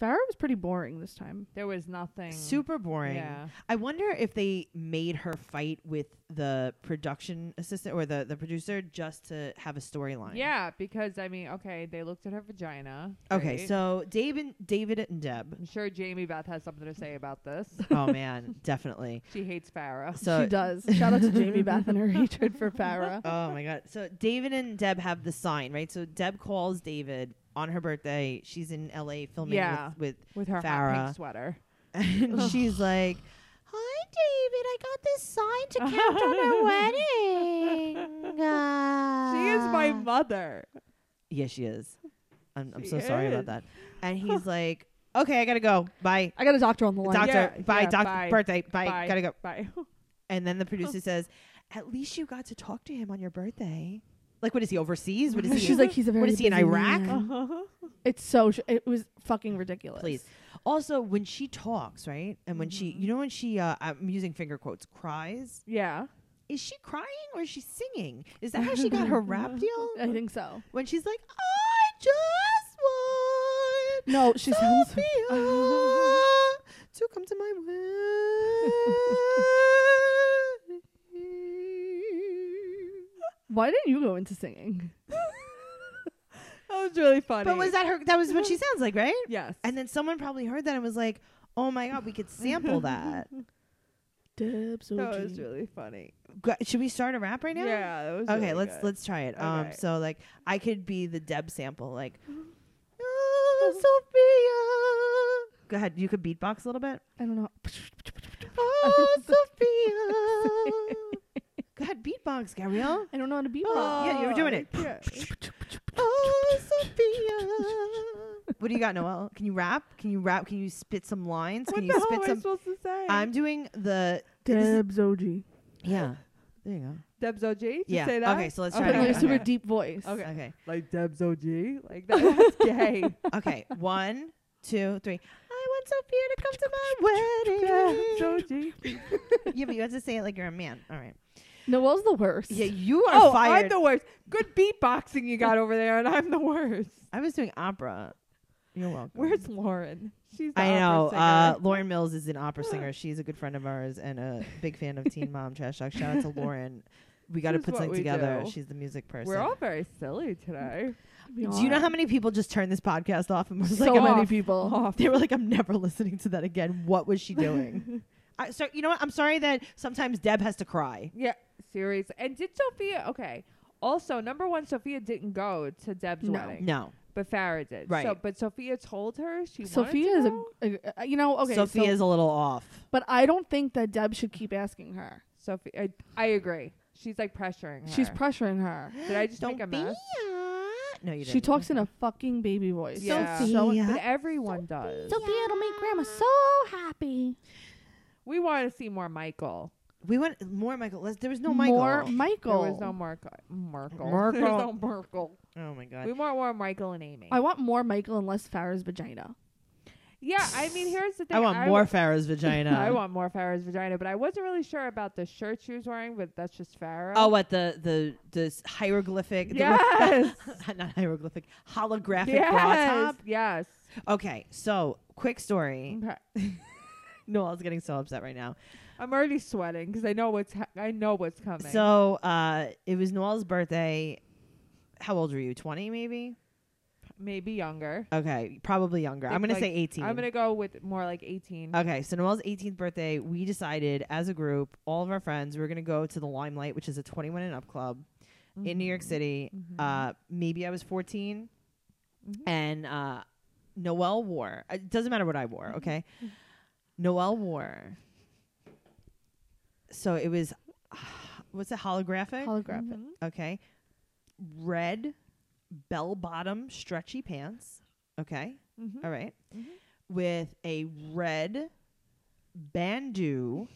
Farrah was pretty boring this time.
There was nothing.
Super boring.
Yeah.
I wonder if they made her fight with the production assistant or the the producer just to have a storyline.
Yeah, because I mean, okay, they looked at her vagina.
Okay,
right?
so David, David and Deb.
I'm sure Jamie Beth has something to say about this.
Oh man, definitely.
She hates Farah.
So
she does. Shout out to Jamie Beth and her hatred for Farrah.
Oh my god. So David and Deb have the sign, right? So Deb calls David on her birthday. She's in LA filming
Yeah.
with,
With her hot
Farrah.
pink sweater.
with and she's like,
Hi, David. I got this sign to count on our wedding. Uh,
She is
Ah.
my mother.
Yeah, she is. I'm, I'm
She
so sorry
is.
about that. And he's like, Okay, I gotta go. Bye.
I got a doctor on the line.
Doctor,
Yeah,
bye,
yeah,
doctor
bye.
birthday, bye.
Bye.
gotta go.
Bye.
And then the producer says, At least you got to talk to him on your birthday. Like what is he overseas? What is he?
She's like, he's a very.
What is he, in
busy
Iraq?
man."
Uh-huh.
It's so. Sh- it was fucking ridiculous.
Please. Also, when she talks, right? And when
Mm-hmm.
she, you know, when she, uh, I'm using finger quotes, cries,
Yeah.
is she crying or is she singing? Is that how she got her rap deal?
I think so.
When she's like, I just want
No, she sounds.
Sophia to come to my wedding.
Why didn't you go into singing?
That was really funny.
But was that her? That was what she sounds like, right?
Yes.
And then someone probably heard that and was like, oh my God, we could sample that.
Dibs OG.
That was really funny.
Gu- Should we start a rap right now?
Yeah, that was
Okay,
really
let's
good.
let's try it. Um,
Okay.
so like I could be the Deb sample. Like,
Ah,
Oh, Sophia.
go ahead. You could beatbox a little bit.
I don't know.
Ah,
Oh, Sophia.
Go ahead, beatbox, Gabrielle.
I don't know how to beatbox.
Ah. yeah, you were doing it.
Ah, Yeah. Ah,
Oh, Sophia.
What do you got, Noel? Can you rap? Can you rap? Can you spit some lines?
What
Can
the
you
hell am
spit
I
some?
supposed to say?
I'm doing the
Dibs OG. Put
yeah. There you go.
Debs OG. Just
Yeah.
Say that.
Okay, so let's
Okay.
try it
it like a
again.
super
Okay.
deep voice.
Okay.
Okay.
Like Debs OG. Like that. That's gay.
Okay. One, two, three.
I want Sophia to come to my wedding.
Debs OG.
Yeah, but you have to say it like you're a man. All right.
Noelle's the worst.
Yeah, you are
Oh, I'm
fired.
the worst. Good beatboxing you got over there, and I'm the worst.
I was doing opera. You're welcome.
Where's Lauren? She's the
I
opera
know.
singer.
Uh, Lauren Mills is an opera singer. She's a good friend of ours and a big fan of Teen Mom Trash Talk. Shout out to Lauren. We got to
This is
put
what
something
we
together.
do.
She's the music person.
We're all very silly today.
We
do you know
are.
how many people just turned this podcast off and was
so
like, uh, I'm-
many
off.
people?
they were like, I'm never listening to that again. What was she doing? I, so you know what? I'm sorry that sometimes Deb has to cry.
Yeah, serious. And did Sophia? Okay. Also, number one, Sophia didn't go to Deb's
No.
wedding,
No,
but Farah did. So,
Right.
but Sophia told her she
Sophia
wanted
is
to
a,
go.
a- a- you know okay. so-
Sophia is a little off.
but I don't think that Deb should keep asking her.
Sophia. I, I agree. She's like pressuring her.
She's pressuring her.
Did I just make a
Don't be-
mess?
No, you didn't.
She talks in a fucking baby voice.
Yeah.
So,
Sophia.
But everyone does.
Sophia, it'll make Grandma so happy.
We want to see more Michael.
We want more Michael. Let's, there was no Michael.
More Michael.
There was no Marco. Merkel.
Merkel.
There's no Merkel.
oh my god.
We want more Michael and Amy.
I want more Michael and less Farrah's vagina.
yeah, I mean, here's the thing.
I want
I
more
wa-
Farrah's vagina.
I want more Farrah's vagina, but I wasn't really sure about the shirt she was wearing, but that's just Farrah.
Oh, what the the this hieroglyphic? the-
Yes.
not hieroglyphic, holographic bra
yes,
top.
yes.
Okay, so quick story.
Okay.
Noel's getting so upset right now.
I'm already sweating because I know what's ha- I know what's coming.
So uh, it was Noel's birthday. How old were you? Twenty, maybe.
maybe younger.
Okay, probably younger. I'm
Like-
gonna
like-
say eighteen. Uh,
I'm gonna go with more like 18.
Okay, so Noel's 18th birthday, we decided as a group, all of our friends, we were going to go to the Limelight, which is a 21 and up club in New York City. Uh, maybe I was 14, and uh, Noel wore. uh, It doesn't matter what I wore. Okay, Noel wore. So it was, what's it holographic? Mm-hmm.
Holographic.
okay, red bell bottom stretchy pants. Okay,
Mhm.
all right. with a red bandeau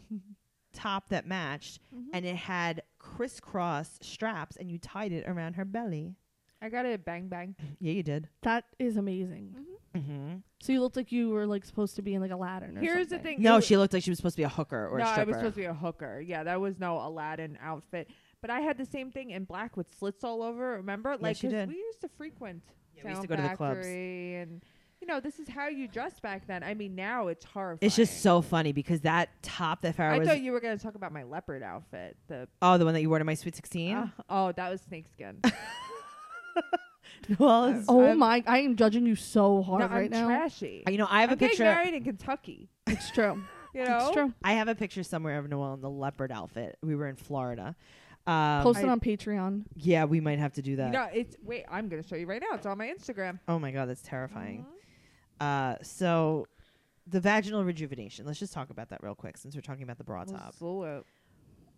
top that matched, and it had crisscross straps, and you tied it around her belly.
I got a bang bang.
Yeah, you did.
That is amazing.
Mm-hmm.
So you looked like you were like supposed to be in like Aladdin. Or
Here's the
something.
thing.
No,
it-
she looked like she was supposed to be a hooker or
no,
a stripper.
I was supposed to be a hooker. Yeah, that was no Aladdin outfit. But I had the same thing in black with slits all over. Remember, like
you
'cause
did.
we used to frequent
Yeah, we used to
Sound
go to the clubs.
Factory and you know this is how you dressed back then. I mean, now it's horrifying.
it's just so funny because that top that Farrah
I
was
thought you were gonna talk about my leopard outfit. The
oh the one that you wore to my sweet sixteen.
uh, oh, that was snakeskin.
well, it's-
Oh
I'm-
my! I am judging you so hard
no,
right
I'm
now.
trashy.
you know I have a
I'm getting
picture.
married in Kentucky.
It's true.
You know,
It's true.
I have a picture somewhere of Noel in the leopard outfit. We were in Florida. Um,
Post it
I-
on Patreon.
yeah, we might have to do that.
You know, it's wait. I'm gonna show you right now. It's on my Instagram.
Oh my god, that's terrifying.
Mm-hmm.
Uh, so the vaginal rejuvenation. Let's just talk about that real quick since we're talking about the bra top.
Absolute.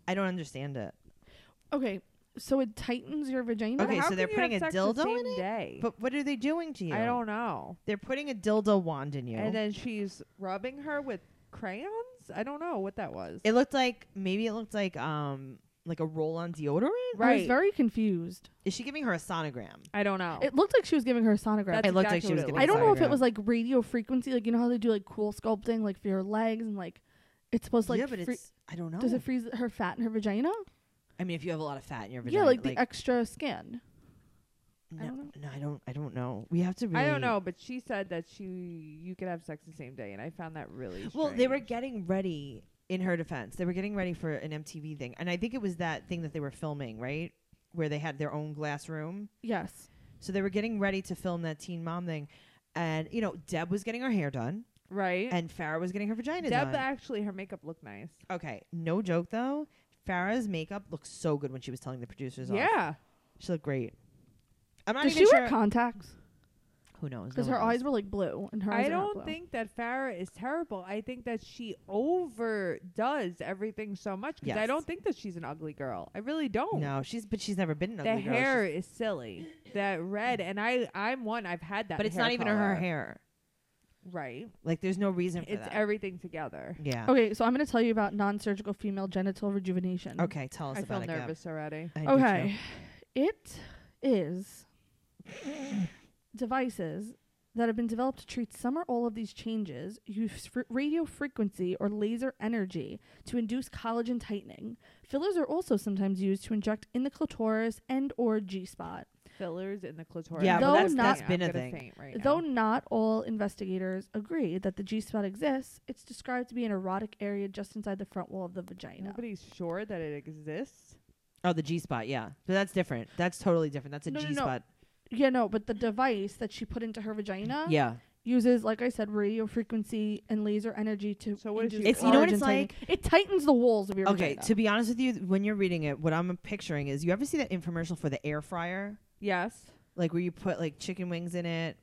I don't understand it.
Okay, so it tightens your vagina.
Okay,
How
so they're
can you have
putting a
sex the
dildo
same
in it?
Day?
But what are they doing to you?
I don't know.
They're putting a dildo wand in you.
And then she's rubbing her with crayons. I don't know what that was.
it looked like maybe it looked like um like a roll on deodorant.
I was
right.
very confused.
Is she giving her a sonogram?
I don't know.
It looked like she was giving her a sonogram.
That's
it looked like
exactly
she
what
was
it
giving.
I
looks
don't know if it
sonogram.
was like radio frequency, like you know how they do like cool sculpting, like for your legs and like it's supposed to like
yeah, but
free-
it's I don't know.
does it freeze her fat in her vagina?
I mean, if you have a lot of fat in your vagina,
yeah, like, the extra skin.
no,
I don't
no, I don't. I don't know. We have to. Really
I don't know, but she said that she you could have sex the same day, and I found that really.
Well, they were
strange.
getting ready in her defense. They were getting ready for an MTV thing. And I think it was that thing that they were filming, right? Where they had their own glass room.
Yes,
So they were getting ready to film that teen mom thing. And, you know, Deb was getting her hair done.
right?
and Farah was getting her vagina
Deb
done.
actually, her makeup looked nice.
Okay, no joke though. Farah's makeup looked so good when she was telling the producers. off.
Yeah,
she looked great. I'm not
Does
even
she
sure.
wear contacts?
Who knows?
Because
No
her
one knows.
eyes were like blue, and her eyes
I
are not
don't
blue.
think that Farah is terrible. I think that she overdoes everything so much because I
Yes.
don't think that she's an ugly girl. I really don't.
No, she's but she's never been an
The
ugly girl. She's-
hair is silly. That red, and I, I'm one. I've had that,
but it's
hair
not even
color.
her hair.
Right,
Like there's no reason for
it's
that.
everything together.
yeah.
Okay, so I'm gonna tell you about non-surgical female genital rejuvenation.
Okay, tell us
Oh, I feel
about it. Gab.
nervous already.
I do too.
Okay. It is devices that have been developed to treat some or all of these changes use fr- radio frequency or laser energy to induce collagen tightening. Fillers are also sometimes used to inject in the clitoris and or G-spot.
Fillers in the clitoris.
Yeah,
well, Though that's-
that's
Yeah,
been
I'm
a
gonna
thing.
faint right
Though
now.
not all investigators agree that the G-spot exists, it's described to be an erotic area just inside the front wall of the vagina.
nobody's sure that it exists.
Oh, the G spot. Yeah, but that's different. That's totally different. That's a G
No, no, no.
spot.
Yeah, no, but the device that she put into her vagina
Yeah.
uses, like I said, radio frequency and laser energy to.
So what is
induce
she- It's-
you know what
collagen
it's
tightening.
like?
It tightens the walls of your
Okay.
vagina.
To be honest with you, when you're reading it, what I'm picturing is you ever see that infomercial for the air fryer?
Yes.
like where you put like chicken wings in it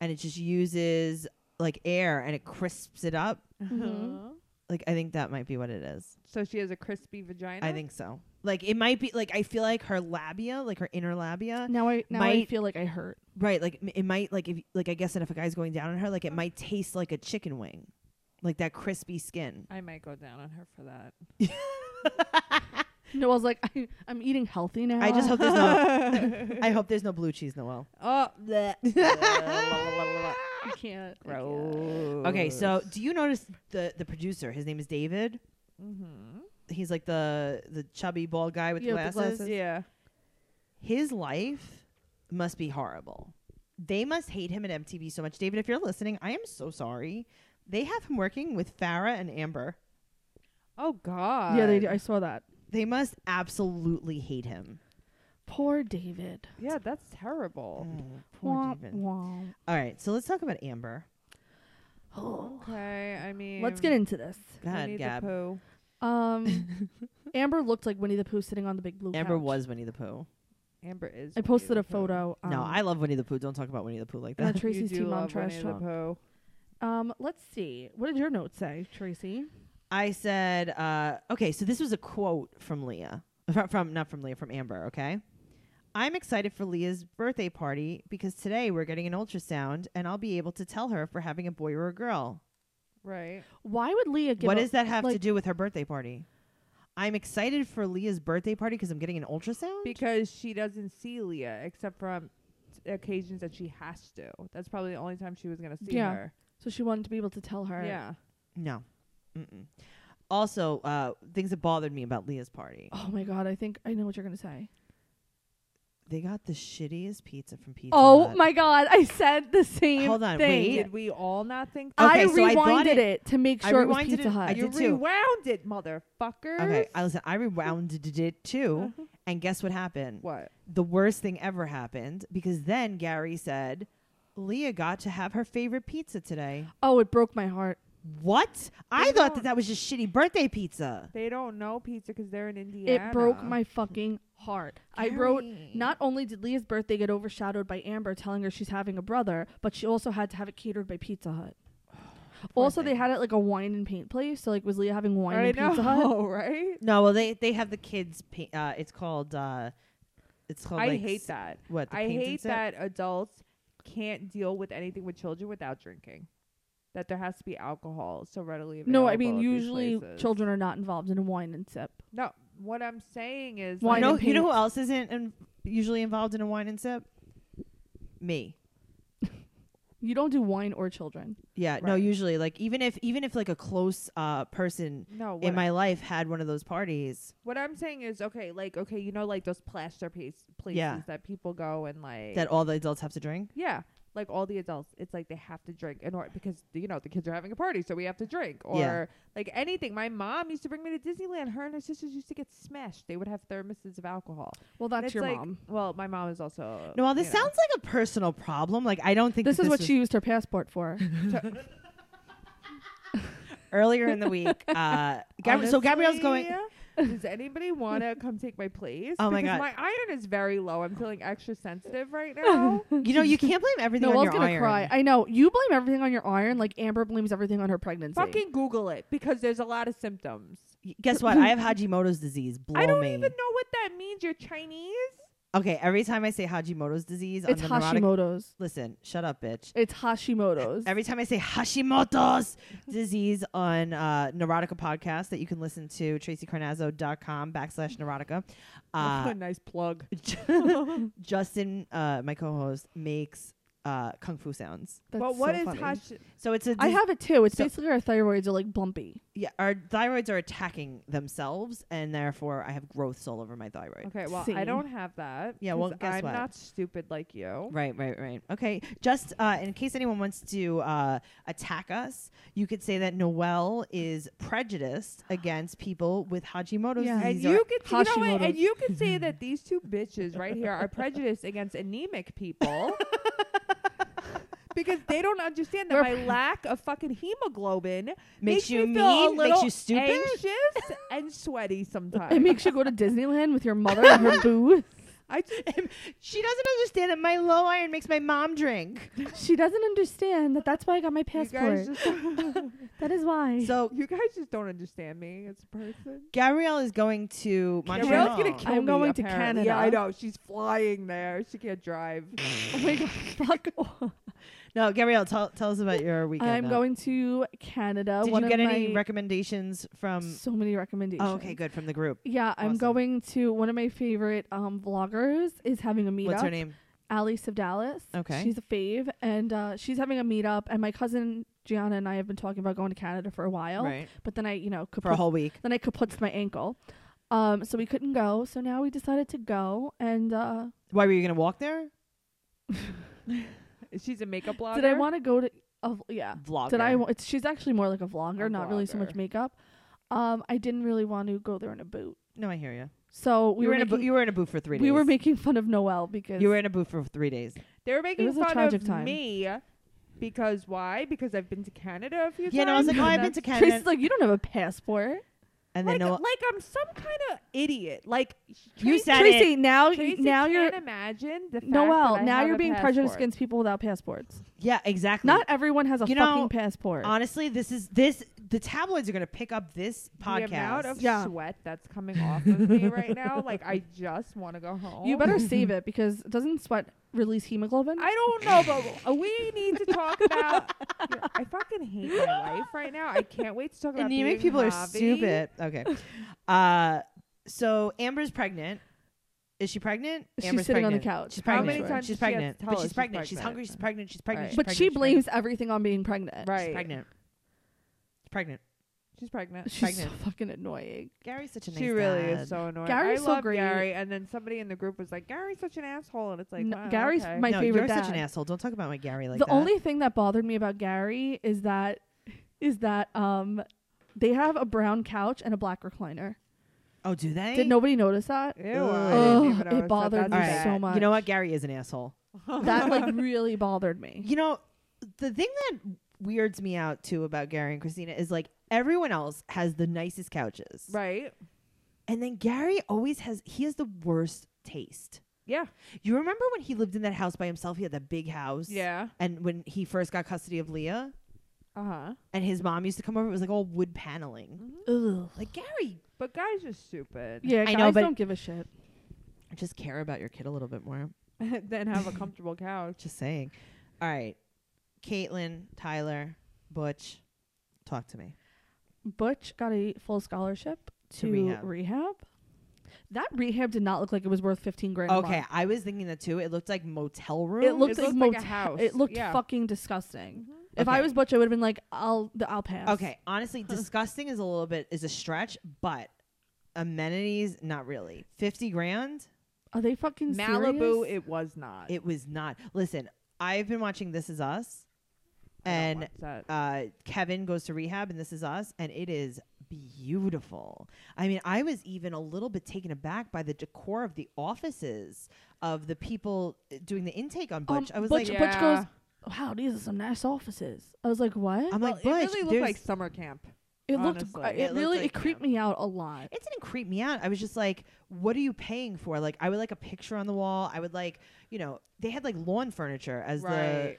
and it just uses like air and it crisps it up
Mhm.
like i think that might be what it is
So she has a crispy vagina.
i think so like it might be like i feel like her labia like her inner labia
now I now I
might-
feel like I hurt.
right like m- it might like if like i guess that if a guy's going down on her like it might taste like a chicken wing like that crispy skin
I might go down on her for that.
No, I was like, I, I'm eating healthy now.
i just hope there's no i hope there's no blue cheese noel
Oh, bleh.
I can't. I can't.
gross.
okay so do you notice the the producer his name is david
Mm-hmm.
he's like the the chubby bald guy with
Yeah, with the
the glasses.
glasses.
Yeah.
his life must be horrible. They must hate him at MTV so much. David, if you're listening, I am so sorry. They have him working with Farah and Amber.
Oh God.
Yeah, they do. I saw that.
They must absolutely hate him.
Poor David.
yeah, that's terrible.
Mm.
Oh, poor
Womp,
David.
womp.
All right, so let's talk about Amber.
Oh.
Okay, I mean,
Let's get into this.
Go
we
ahead,
need
Gab.
The poo.
Um, Amber looked like Winnie the Pooh sitting on the big blue.
Amber
couch.
was Winnie the Pooh.
Amber is.
I posted
Winnie
a
the Pooh.
photo. Um,
no, I love Winnie the Pooh. Don't talk about Winnie the Pooh like
uh,
that.
You
Tracy's
do
team on
love
trash
Winnie
talk.
the Pooh.
Um, let's see. What did your notes say, Tracy?
I said, uh, okay, so this was a quote from Leah. From, from not from Leah, from Amber, okay? I'm excited for Leah's birthday party because today we're getting an ultrasound and I'll be able to tell her if we're having a boy or a girl.
Right.
Why would Leah give
what
a-
does that have to
like-
do with her birthday party? I'm excited for Leah's birthday party because I'm getting an ultrasound.
Because she doesn't see Leah except from t- occasions that she has to. That's probably the only time she was gonna see
Yeah.
her.
So she wanted to be able to tell her.
Yeah.
no. Mm-mm. Also, uh, things that bothered me about Leah's party.
Oh my god, I think I know what you're gonna say.
They got the shittiest pizza from Pizza
Oh
Hut.
my god, I said the same
Hold on,
thing.
wait.
Did we all not think?
Uh,
I
Okay, so I
rewinded
bought
it,
it.
to make
I
sure it was
rewinded
Pizza
it.
Hut.
I
you
did too.
rewound it, motherfucker.
Okay, I listen. I rewounded it too,
Uh-huh.
and guess what happened?
What?
the worst thing ever happened because then Gary said, Leah got to have her favorite pizza today.
oh, it broke my heart.
What? I
They
thought
don't-
that that was just shitty birthday pizza.
They don't know pizza because they're in Indiana.
It broke my fucking heart. I wrote. Not only did Leah's birthday get overshadowed by Amber telling her she's having a brother, but she also had to have it catered by Pizza Hut. also, they
thing.
had it like a wine and paint place. So like, was Leah having wine
I
and
know,
Pizza Hut?
right?
No, well they they have the kids. Pa- uh, it's called. Uh, it's called.
I
like,
hate
s-
that.
What? The
I
painting
hate
set?
that adults can't deal with anything with children without drinking. That there has to be alcohol so readily available.
No, I mean
at these
usually
places.
children are not involved in a wine and sip.
No, what I'm saying is,
Wine
You
like,
know,
and
you know who
paint.
else isn't in, usually involved in a wine and sip? Me.
You don't do wine or children.
Yeah. No.
Right.
Usually, like even if even if like a close uh person
no, what
in my life had one of those parties,
What I'm saying is, okay, like, okay, you know, like those plaster place, places
Yeah.
that people go and like
that all the adults have to drink.
yeah, like all the adults, it's like they have to drink in order because you know the kids are having a party, so we have to drink or
Yeah.
like anything. My mom used to bring me to Disneyland. Her and her sisters used to get smashed. They would have thermoses of alcohol.
Well,
And
that's
it's
your
like-
mom.
Well, my mom is also.
No, well, this
you know.
sounds like a personal problem. Like I don't think
This
that
is what
was-
she used her passport for.
earlier in the week. Uh, Gabri- so Gabrielle's going.
Honestly, Does anybody want to come take my place?
Oh my
Because
God.
my iron is very low. I'm feeling extra sensitive right now.
You know, you can't blame everything on
Noelle's
your
gonna
iron.
cry. I know. You blame everything on your iron, like Amber blames everything on her pregnancy.
Fucking Google it because there's a lot of symptoms.
Guess what? I have Hajimoto's disease. Blow
I don't
me.
even know what that means. You're Chinese.
Okay, every time I say Hajimoto's disease
it's
on the neurotic,
Hashimoto's.
listen, shut up, bitch.
It's Hashimoto's.
Every time I say Hashimoto's disease on uh, Neurotica podcast that you can listen to, tracycarnazzo.com backslash Neurotica. Uh,
nice plug.
Justin, uh, my co-host, makes uh, kung fu sounds.
That's
but what
so
is
funny.
hash?
So it's a
I
dis-
have it too. It's
So-
basically our thyroids are like bumpy.
yeah, our thyroids are attacking themselves, and therefore I have growths all over my thyroid.
Okay, well, I
Same.
don't have that.
Yeah, well,
'cause
guess
I'm
what?
not stupid like you.
Right, right, right. Okay. Just uh, in case anyone wants to uh, attack us, you could say that Noelle is prejudiced against people with Hajimoto's
Yeah.
And
disease.
you could you know what? and
Hashimoto's.
you could say that these two bitches right here are prejudiced against anemic people because they don't understand that my lack of fucking hemoglobin
Makes you
me feel a
mean, makes
little
you stupid.
anxious and sweaty
It
sometimes.
makes you go to Disneyland with your mother in her booth.
I just,
she doesn't understand that my low iron makes my mom drink.
She doesn't understand that that's why I got my
you guys
passport.
just
That is why.
So
you guys just don't understand me as a person.
Gabrielle is going to
Gabrielle's
Montreal.
gonna kill
I'm
me,
going to
apparently. Yeah,
Canada.
I know. She's flying there. She can't drive.
oh my god, fuck off.
no, Gabrielle, tell, tell us about your weekend.
I'm
now.
going to Canada.
Did
One
you
of
get
my
any recommendations from?
so many recommendations?
Oh, okay, good from the group.
Yeah, I'm
Awesome.
going to one of my favorite um vloggers is having a meetup.
What's her name?
Ali Sibdalis.
Okay.
She's a fave and uh, she's having a meetup and my cousin Gianna and I have been talking about going to Canada for a while.
Right
But then I, you know,
for a
kaput-
whole week.
then I kaputzed my ankle. Um so we couldn't go. So now we decided to go and uh
Why were you gonna walk there?
She's a makeup blogger.
did I want to go to a v-
Uh,
yeah.
Vlog.
Did I wa- it's she's actually more like a vlogger,
A
not really so much
vlogger.
makeup. Um I didn't really want to go there in a boot.
No, I hear you.
So we
you were in a
making,
boo- you were in a booth for three days.
we were making fun of Noel because
you were in a booth for three days.
They were making
was a
fun
tragic
of
time.
me because why? Because I've been to Canada a few times.
Yeah, and I was like, oh, I've been
that's-
to
Tracy's
Canada,
like, you don't have a passport.
and then
Like,
Noel,
like I'm some kind of idiot. Like
you
Tracy-
said
Tracy,
it.
now
Tracy
now you're
can't imagine the fact
Noel,
that I
now
have
you're
a
being prejudiced
passport.
against people without passports.
Yeah, exactly.
Not everyone has a
You know,
fucking passport.
honestly. This is this. The tabloids are going to pick up this
the amount
podcast.
of
Yeah.
sweat that's coming off of me right now. Like I just want to go home.
you better save it because doesn't sweat release hemoglobin?
I don't know, but we need to talk about. Yeah, I fucking hate my life right now. I can't wait to talk about.
Anemic
being
people are
Javi.
stupid. Okay. Uh, so Amber's pregnant. Is she pregnant?
She's
Amber's
sitting on the
pregnant.
couch.
She's
How
pregnant.
many times
she's
does she have to
pregnant.
tell
But
us
she's
she's
pregnant. She's
pregnant?
hungry. She's pregnant. She's pregnant.
Right.
She's
but
pregnant.
she
She's
blames everything on being pregnant.
Right.
Pregnant. She's pregnant. She's pregnant.
She's pregnant.
She's
Pregnant.
so fucking annoying.
Gary's such a nice
she really
dad.
is so annoying.
Gary's
I
so
love
great.
Gary, and then somebody in the group was like, "Gary's such an asshole," and it's like,
No,
wow,
Gary's
okay.
my
no, You're
favorite
such
dad.
an asshole. Don't talk about my Gary like
the
that.
only thing that bothered me about Gary is that is that um they have a brown couch and a black recliner.
oh, do they?
Did nobody notice that?
Ew, I
Ugh,
didn't even
it
notice that.
bothered
That's
me
bad.
so much.
You know what? Gary is an asshole.
that like really bothered me.
You know, the thing that weirds me out too about Gary and Christina is like everyone else has the nicest couches.
Right?
And then Gary always has he has the worst taste.
Yeah.
You remember when he lived in that house by himself? He had that big house.
Yeah.
And when he first got custody of Leah
Uh
Uh-huh.
huh.
and his mom used to come over, it was like all wood paneling.
Mm-hmm. Ugh.
Like Gary,
But guys are stupid.
Yeah,
I
guys
know, but-
don't give a shit.
just care about your kid a little bit more.
then have a comfortable couch.
Just saying. All right. Caitlin, Tyler, Butch, talk to me.
Butch got a full scholarship
To
to
rehab.
rehab. That rehab did not look like it was worth fifteen grand. a
okay,
month.
I was thinking that too. It looked like motel room.
it looked
It
like,
looked like a
motel-
house.
It looked
Yeah.
fucking disgusting. If
Oh,
I
Okay.
was Butch, I would have been like, "I'll, th- I'll pass."
Okay, honestly, disgusting is a little bit is a stretch, but amenities not really. Fifty grand,
Are they fucking
Malibu,
serious?
it was not.
it was not. Listen, I've been watching This Is Us,
I don't
and
watch that.
uh, Kevin goes to rehab, and This Is Us, and it is beautiful. I mean, I was even a little bit taken aback by the decor of the offices of the people uh, doing the intake on
Um,
Butch. I was
Butch,
like,
Yeah.
Butch goes, "Wow, these are some nice offices." I was like, "What?"
I'm
Well,
like Butch.
it really looked
there's-
like summer camp.
It
Honestly.
looked. uh, It,
It looked
really.
like
it creeped me out a lot.
It didn't creep me out. I was just like, what are you paying for? Like, I would like a picture on the wall. I would like, you know, they had like lawn furniture as
Right.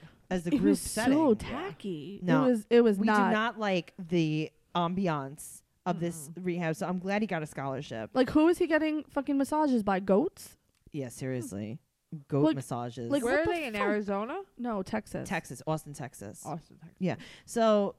the as the
It
group
was
setting.
so tacky.
No.
It was. It was
we
not,
do not like the ambiance of this rehab. So I'm glad he got a scholarship.
Like who is he getting fucking massages by? Goats?
Yeah, seriously, goat
Like-
massages.
like,
Where
what
are
the
they in
fuck?
Arizona?
No, Texas.
Texas, Austin, Texas.
Austin, Texas.
Yeah. So,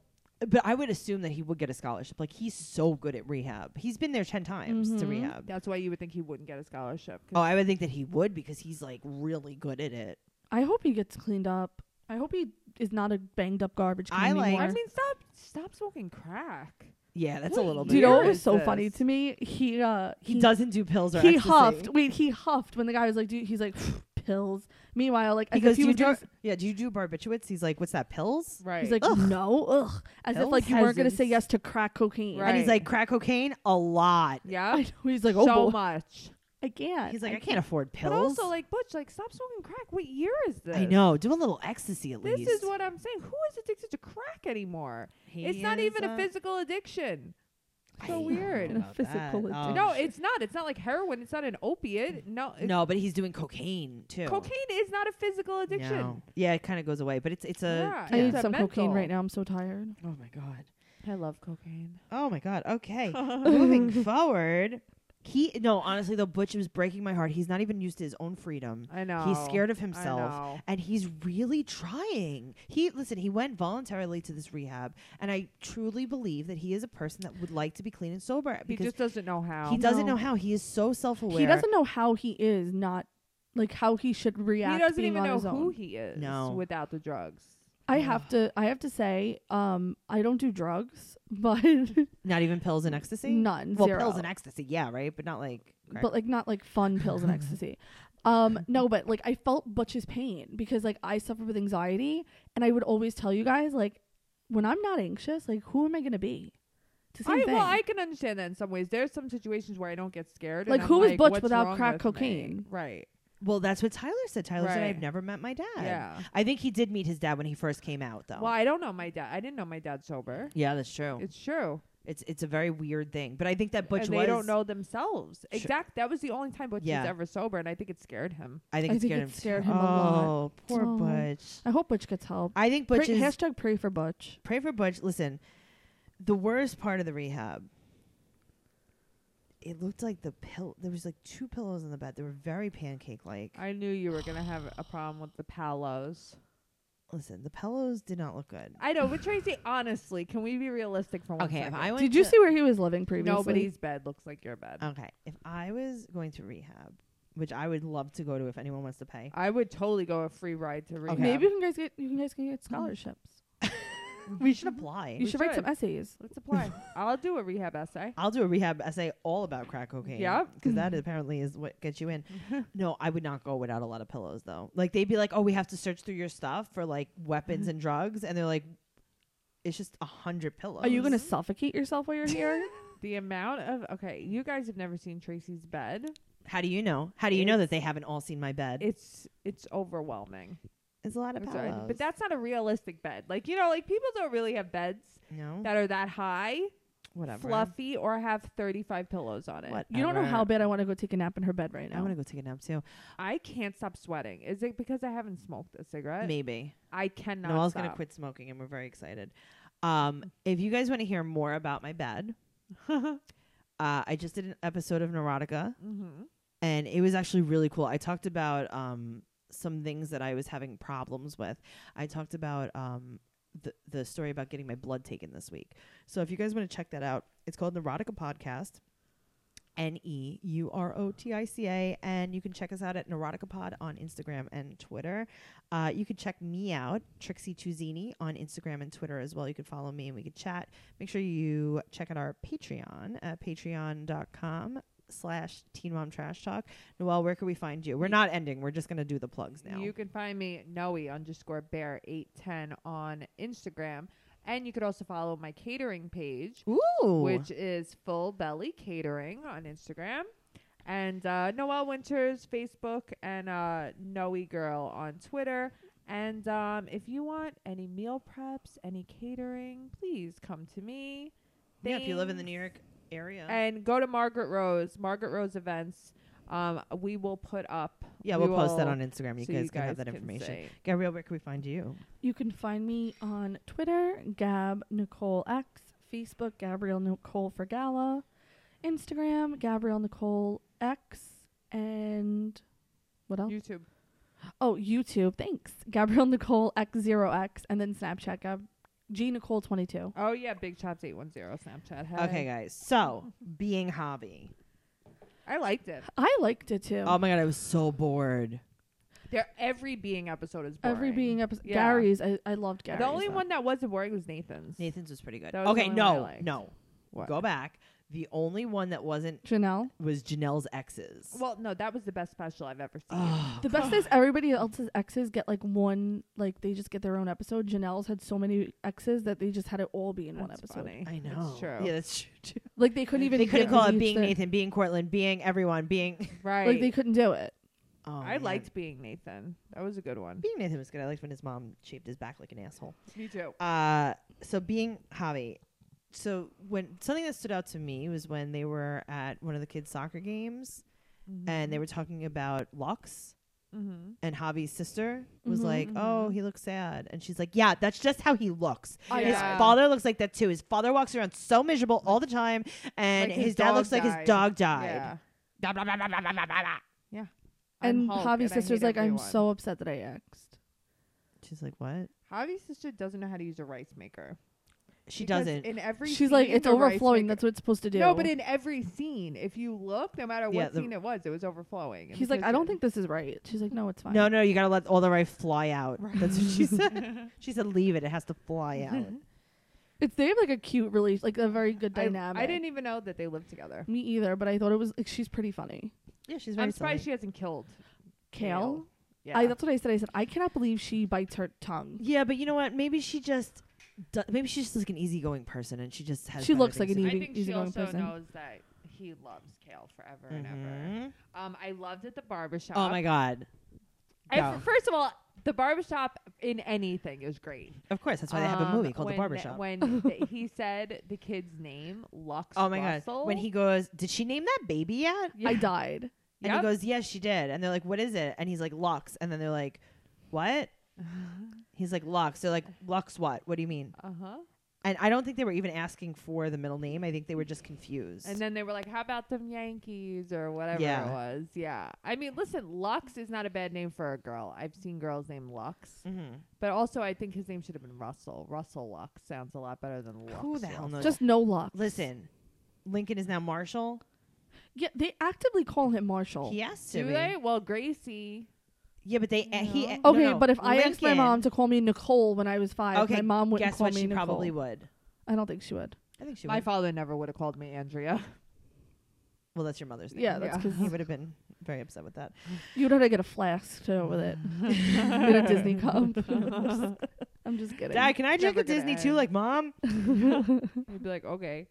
but I would assume that he would get a scholarship. Like he's so good at rehab. He's been there ten times to
Mhm.
rehab.
That's why you would think he wouldn't get a scholarship. 'cause
Oh, I would think that he would because he's like really good at it.
I hope he gets cleaned up. I hope he is not a banged up garbage can
Oh, I like-
anymore.
I mean, stop, stop smoking crack.
Yeah, that's a
What
little
Do
bit.
you know
Where
what was
is
so
this?
funny to me? He uh
he, doesn't do pills or
he
ecstasy.
huffed. Wait, he huffed when the guy was like, "Dude," he's like, "Pills." Meanwhile, like
He
as
goes,
if
do
he
you
was
do,
gonna,
yeah, do you do barbiturates? He's like, what's that, pills?
Right.
he's like, "No, ugh," as if like
Pills
you weren't gonna say
hasn't-
yes to crack cocaine.
Right.
And he's like, crack cocaine? A lot.
yeah.
I know. He's like, "Oh,
so
boy,
much.
I can't."
He's like, I, can't afford
But
pills.
also, like Butch, like stop smoking crack. What year is this?
I know. Do a little ecstasy at
This
least.
is what I'm saying. Who is addicted to crack anymore?
He
it's not even
is,
a
uh,
physical addiction.
I
So
don't know
weird.
about
Physical
that. Oh.
addiction.
no, it's not. It's not like heroin. It's not an opiate. No, it's,
no, but he's doing cocaine too.
cocaine is not a physical addiction.
No. Yeah, it kind of goes away, but it's it's a.
Yeah,
I
it's
need
a
some cocaine
mental.
right now. I'm so tired.
Oh my god.
I love cocaine.
Oh my god. Okay. Moving forward. He no, honestly though, Butch was breaking my heart. He's not even used to his own freedom.
I know.
He's scared of
I
himself.
know.
And he's really trying. He listen, he went voluntarily to this rehab, and I truly believe that he is a person that would like to be clean and sober
He
because
just doesn't know how.
he doesn't
No.
know how. He is so self aware.
He doesn't know how he is not like how he should react.
he doesn't
being
even
on
know
his
who
own.
he is
No.
without the drugs.
I have to. I have to say, um, I don't do drugs, but
not even pills and ecstasy.
none.
well,
zero.
pills and ecstasy, yeah, right, but not like. crack.
but like not like fun pills and ecstasy. Um, no, but like I felt Butch's pain because like I suffer with anxiety, and I would always tell you guys like, when I'm not anxious, like who am I gonna be? It's the
I
same thing.
well, I can understand that in some ways. There's some situations where I don't get scared. and
Like,
I'm
who is
like,
Butch
"What's
without
wrong
crack
with me?"
cocaine?
Right.
well, that's what Tyler said. Tyler said,
Right.
"I've never met my dad."
Yeah.
I think he did meet his dad when he first came out, though.
Well, I don't know my dad. I didn't know my dad's sober.
Yeah, that's true.
It's true.
It's it's a very weird thing, but I think that Butch
and they
was.
don't know themselves. Exact. That was the only time Butch
Yeah.
was ever sober, and I think it scared him.
I think
I
it
think
scared
it
him.
scared
too.
him a lot.
oh, poor
Oh.
Butch.
I hope Butch gets help.
I think Butch
Pray-
is
hashtag pray for Butch.
pray for Butch. Listen, the worst part of the rehab. It looked like the pill. There was like two pillows on the bed. They were very pancake like.
I knew you were gonna have a problem with the palos.
Listen, the pillows did not look good.
I know, but Tracy, honestly, can we be realistic for one
Okay, if
second?
I went.
Did you
to-
see where he was living previously?
Nobody's bed looks like your bed.
Okay, if I was going to rehab, which I would love to go to if anyone wants to pay.
I would totally go a free ride to rehab.
Maybe you can guys get you guys can get scholarships.
we should apply.
You
Uh, We
should write some
should.
essays.
Let's apply. I'll do a rehab essay.
I'll do a rehab essay all about crack cocaine.
Yep.
Because that apparently is what gets you in. no, I would not go without a lot of pillows though. Like they'd be like, Oh, we have to search through your stuff for like
Mm-hmm.
weapons and drugs and they're like it's just a hundred pillows.
Are you gonna suffocate yourself while you're here?
The amount of okay, you guys have never seen Tracy's bed.
How do you know? How do you know that they haven't all seen my bed?
It's it's overwhelming.
it's a lot of
It's a-
pillows.
but that's not a realistic bed. Like you know, like people don't really have beds
no
that are that high,
Mm. whatever.
fluffy, or have thirty five pillows on it.
Whatever.
you don't know how bad I want to go take a nap in her bed right
I
now.
want to go take a nap too.
I can't stop sweating. Is it because I haven't smoked a cigarette?
Maybe.
I cannot.
Noelle's
stop.
gonna quit smoking, and we're very excited. Um, if you guys want to hear more about my bed, uh, I just did an episode of Neurotica,
Mm-hmm.
and it was actually really cool. I talked about um, some things that I was having problems with. I talked about um, the the story about getting my blood taken this week. So if you guys want to check that out, it's called Neurotica Podcast. N E U R O T I C A. And you can check us out at Neurotica Pod on Instagram and Twitter. Uh, you can check me out, Trixie Tuzini, on Instagram and Twitter as well. You can follow me and we could chat. Make sure you check out our Patreon at patreon.com slash teen mom trash talk. Noelle, where can we find you? We're not ending. We're just going to do the plugs now.
You can find me Noe underscore bear eight ten on Instagram, and you could also follow my catering page,
Ooh.
which is Full Belly Catering on Instagram, and uh, Noelle Winters Facebook and uh, Noe Girl on Twitter. And um, if you want any meal preps, any catering, please come to me.
Yeah, if you live in the
things.
New York area.
and go to Margaret Rose, Margaret Rose events. Um, we will put up.
yeah,
we
we'll post that
will-
on Instagram. You,
so
guys,
you
can have
guys
that
can
information.
see.
Gabrielle, where can we find you?
You can find me on Twitter, Gab Nicole X, Facebook, Gabrielle Nicole for Gala, Instagram, Gabrielle Nicole X, and what else?
YouTube.
oh, YouTube. Thanks. Gabrielle Nicole X0X, and then Snapchat, Gab G Nicole 22.
Oh yeah, Big Chops eight one zero Snapchat. Hey.
Okay, guys. So, being hobby.
I liked it.
I liked it too.
Oh
Um,
my god, I was so bored.
There, every being episode is boring.
Every being episode.
Yeah.
Gary's. I, I loved Gary's.
the only
though.
one that wasn't boring was Nathan's.
Nathan's was pretty good.
That was the
Okay,
only one I
no,
liked.
no.
What?
Go back. The only one that wasn't
Janelle.
was Janelle's exes.
Well, no, that was the best special I've ever seen.
Oh,
The best is everybody else's exes get like one, like they just get their own episode. Janelle's had so many exes that they just had it all be in one
That's
episode.
funny.
I know.
It's true.
Yeah, that's true. Too.
Like they couldn't even.
They couldn't
get
call
the
it
youths
being
that-
Nathan, being Cortland, being everyone, being.
Right.
Like they couldn't do it.
Oh,
I
man.
liked being Nathan. That was a good one.
being Nathan was good. I liked when his mom shaved his back like an asshole.
Me too.
Uh, so being hobby. So when something that stood out to me was when they were at one of the kids' soccer games, and they were talking about Lux.
Mm-hmm.
and Javi's sister was
Mhm,
like, "Oh, he looks sad," and she's like, "Yeah, that's just how he looks.
Oh,
I
His
know.
father looks like that too. His father walks around so miserable all the time, and
Like
his,
his
dad
dog
looks like
died.
his dog died."
Yeah. Blah, blah, blah, blah, blah, blah, blah, blah. Yeah. I'm
And
Hulk
Javi's
I
sister's
hate
like, I'm
everyone."
so upset that I exed.
She's like, "What?"
Javi's sister doesn't know how to use a rice maker.
She
Because
doesn't.
In every
She's like,
scene,
it's
the rice
overflowing.
maker-
That's what it's supposed to do.
No, but in every scene, if you look, no matter what
Yeah, the-
scene it was, it was overflowing. in
he's
the
like, I don't
kitchen.
think this is right. She's like, no, it's fine.
no, no, you gotta let all the rice fly out. That's what she said. she said, "Leave it. It has to fly out."
it's they have like a cute relation, like a very good
I-
dynamic.
I, didn't even know that they lived together.
me either, but I thought it was like she's pretty funny.
yeah, she's very.
I'm surprised she hasn't killed
Kale,
Yeah.
I that's what I said. I said I cannot believe she bites her tongue.
yeah, but you know what? Maybe she just. do- Maybe she's just like an easygoing person, and she just has.
She
better
looks like
things
an
to
easy-
do.
I think she
easygoing
also
person.
knows that he loves Kale forever and ever.
Mhm.
Um, I loved at the barbershop.
Oh my god!
I,
Go.
first of all, the barbershop in anything is great.
Of course, that's why they have a
Um,
movie called The
when-
Barbershop.
When th- he said the kid's name, Lux.
Oh my
Russell,
god! When he goes, did she name that baby yet?
I died.
And he
Yep.
goes, yes, she did. And they're like, what is it? And he's like, Lux. And then they're like, what? He's like, Lux. They're like, Lux, what? What do you mean?
Uh huh.
And I don't think they were even asking for the middle name. I think they were just confused.
And then they were like, "How about them Yankees or whatever
Yeah.
it was?" Yeah. I mean, listen, Lux is not a bad name for a girl. I've seen girls named Lux,
mm-hmm.
but also I think his name should have been Russell. Russell Lux sounds a lot better than Lux.
Who the hell
Lux.
knows?
Just no luck.
listen. Lincoln is now Marshall.
Yeah, they actively call him Marshall.
He has to
Do
be.
they? Well, Gracie.
Yeah, but they he.
No.
no,
Okay,
no.
but if I asked my
Lincoln-
mom to call me Nicole when I was five,
okay,
my mom wouldn't
guess
call
what?
me
She
Nicole.
probably would.
I don't think she would.
I think she
My
would.
father never would have called me Andrea.
Well, that's your mother's name.
Yeah, that's
Yeah.
because
he would have been very upset with that.
you'd have to get a flask to go with it. get a Disney cup. I'm just kidding.
Dad, can I drink
Never
a
gonna
Disney too,
end.
like mom?
He'd be like, "Okay."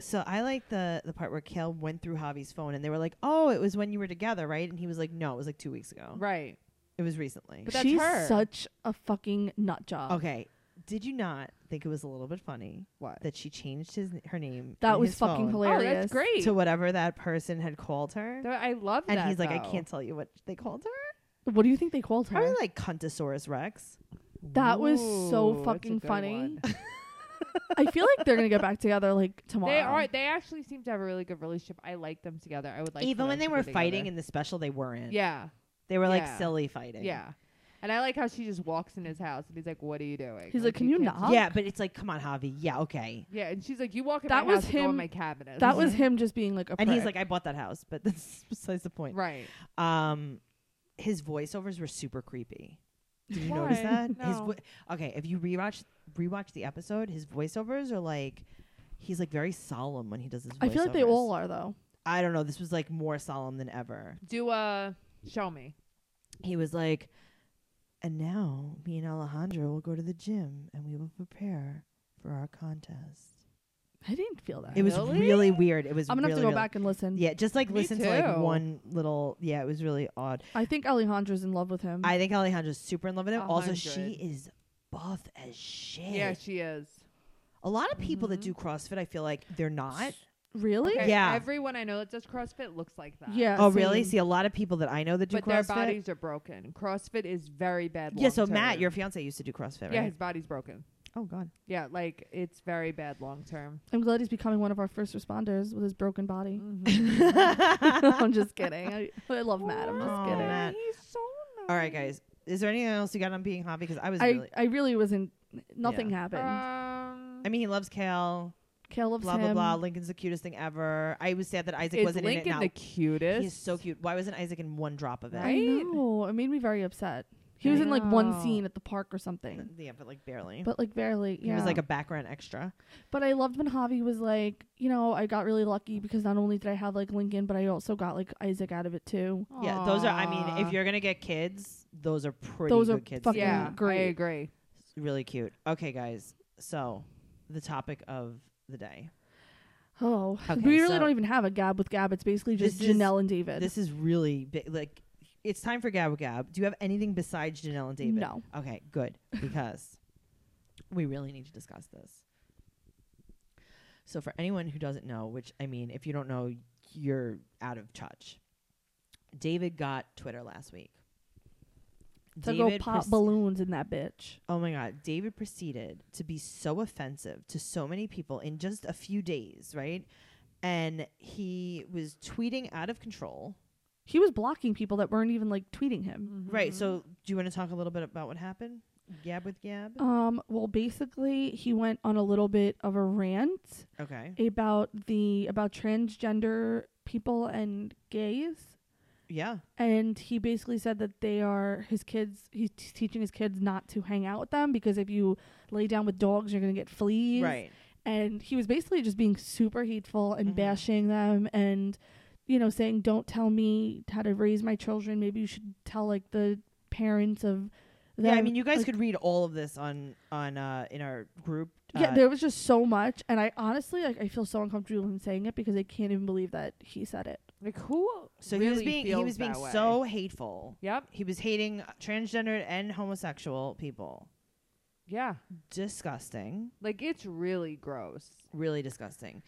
So I like the the part where Kale went through Javi's phone and they were like, "Oh, it was when you were together, right?" And he was like, "No, it was like two weeks
Oh.
ago.
Right.
It was recently."
But that's
She's
her.
such a fucking nut job.
okay, did you not think it was a little bit funny
What?
that she changed his her name?
That
in
was
his
fucking
phone
Oh,
hilarious.
that's great.
To whatever that person had called her,
Th- I love
and
that.
he's like, "I
though.
can't tell you what they called her."
What do you think they called her?
Probably like Cuntosaurus Rex.
that was
Ooh,
so
that's a
fucking
good
funny.
one.
I feel like they're gonna get back together like tomorrow.
They are. They actually seem to have a really good relationship. I like them together. I would like. for
Even when
them
they
to be
were fighting
together.
in the special, they weren't.
yeah,
they were like
Yeah.
silly fighting.
yeah, and I like how she just walks in his house and he's like, "What are you doing?"
He's like, "Can you
can't
not?"
just-
yeah. But it's like, come on, Javi. Yeah, okay.
Yeah, and she's like, "You walk in
That
my
was
house and go in
him-
my cabinet."
That was him just being like a.
And he's
prick.
like, I bought that house, but that's besides the point.
right.
Um, his voiceovers were super creepy. Did you notice
Why?
that? His
No.
vo- okay, if you rewatch rewatch the episode, his voiceovers are like he's like very solemn when he does his.
I feel like they
voiceovers.
all are though.
I don't know. This was like more solemn than ever.
Do uh, show me.
He was like, and now me and Alejandro will go to the gym and we will prepare for our contest.
I didn't feel that.
It was
Really?
really weird. It was.
I'm gonna
really,
have to go
really-
back and listen.
Yeah, just like
Me
listen to like
too.
one little. Yeah, it was really odd.
I think Alejandro's in love with him.
I think Alejandro's super in love with him. Also, she
100.
is buff as shit.
Yeah, she is.
A lot of people that do CrossFit, I feel like they're not.
Really?
Okay,
Yeah.
E-, Everyone I know that does CrossFit looks like that.
Yeah.
Oh, really?
uh, same.
See, a lot of people that I know that do
But
CrossFit.
their bodies are broken. CrossFit is very bad.
yeah. So
long-term.
Matt, your fiance used to do CrossFit,
yeah,
right?
his body's broken.
Oh God.
Yeah, like it's very bad long term.
I'm glad he's becoming one of our first responders with his broken body.
Mm.
I'm just kidding. I, I love Matt. I'm just
Oh,
kidding.
Mm-hmm. Matt.
He's so nice.
All right, guys. Is there anything else you got on being hot? Because I was
I,
really.
I really wasn't. Nothing
Yeah.
happened.
Um,
I mean, he loves Kale.
Kale loves
Blah blah
him.
blah. Lincoln's the cutest thing ever. I was sad that Isaac
is
wasn't
Lincoln
in it. Now
the cutest?
he's so cute. Why wasn't Isaac in one drop of it?
I
Right?
know. It made me very upset. He
I
was in like one
know.
scene at the park or something,
Yeah, but like barely.
but like barely.
He
Yeah.
was like a background extra.
But I loved when Javi was like, you know, I got really lucky because not only did I have like Lincoln, but I also got like Isaac out of it too.
Yeah, those are. I mean,
Aw.
if you're gonna get kids, those are pretty
Those
good
are
kids.
fucking
yeah, I
great.
agree.
really cute. Okay, guys. So, the topic of the day.
Oh,
Okay,
we really
so-
don't even have a Gab with Gab. It's basically just
This is-
Janelle and David.
This is really big. Like, it's time for Gab with Gab. Do you have anything besides Janelle and David?
No.
Okay, good. Because we really need to discuss this. So, for anyone who doesn't know, which I mean, if you don't know, you're out of touch. David got Twitter last week.
to go
David
oh, pop
pers-
balloons in that bitch.
Oh my God. David proceeded to be so offensive to so many people in just a few days, right? And he was tweeting out of control.
He was blocking people that weren't even like tweeting him.
Right. So,
Mm-hmm.
do you want to talk a little bit about what happened? Gab with Gab?
Um, well, basically, he went on a little bit of a rant
Okay.
about the about transgender people and gays.
Yeah.
and he basically said that they are his kids he's t- teaching his kids not to hang out with them because if you lay down with dogs you're going to get fleas
Right.
and he was basically just being super hateful and
Mhm.
bashing them and you know saying don't tell me how to raise my children maybe you should tell like the parents of them.
Yeah. I mean, you guys
like,
could read all of this on on uh, in our group. Uh,
yeah there was just so much and i honestly like i feel so uncomfortable in saying it because i can't even believe that he said it
Like who?
so
really
he was being he
feels
was being
that way?
so hateful.
Yep.
He was hating transgendered and homosexual people.
Yeah.
Disgusting.
Like it's really gross.
Really disgusting.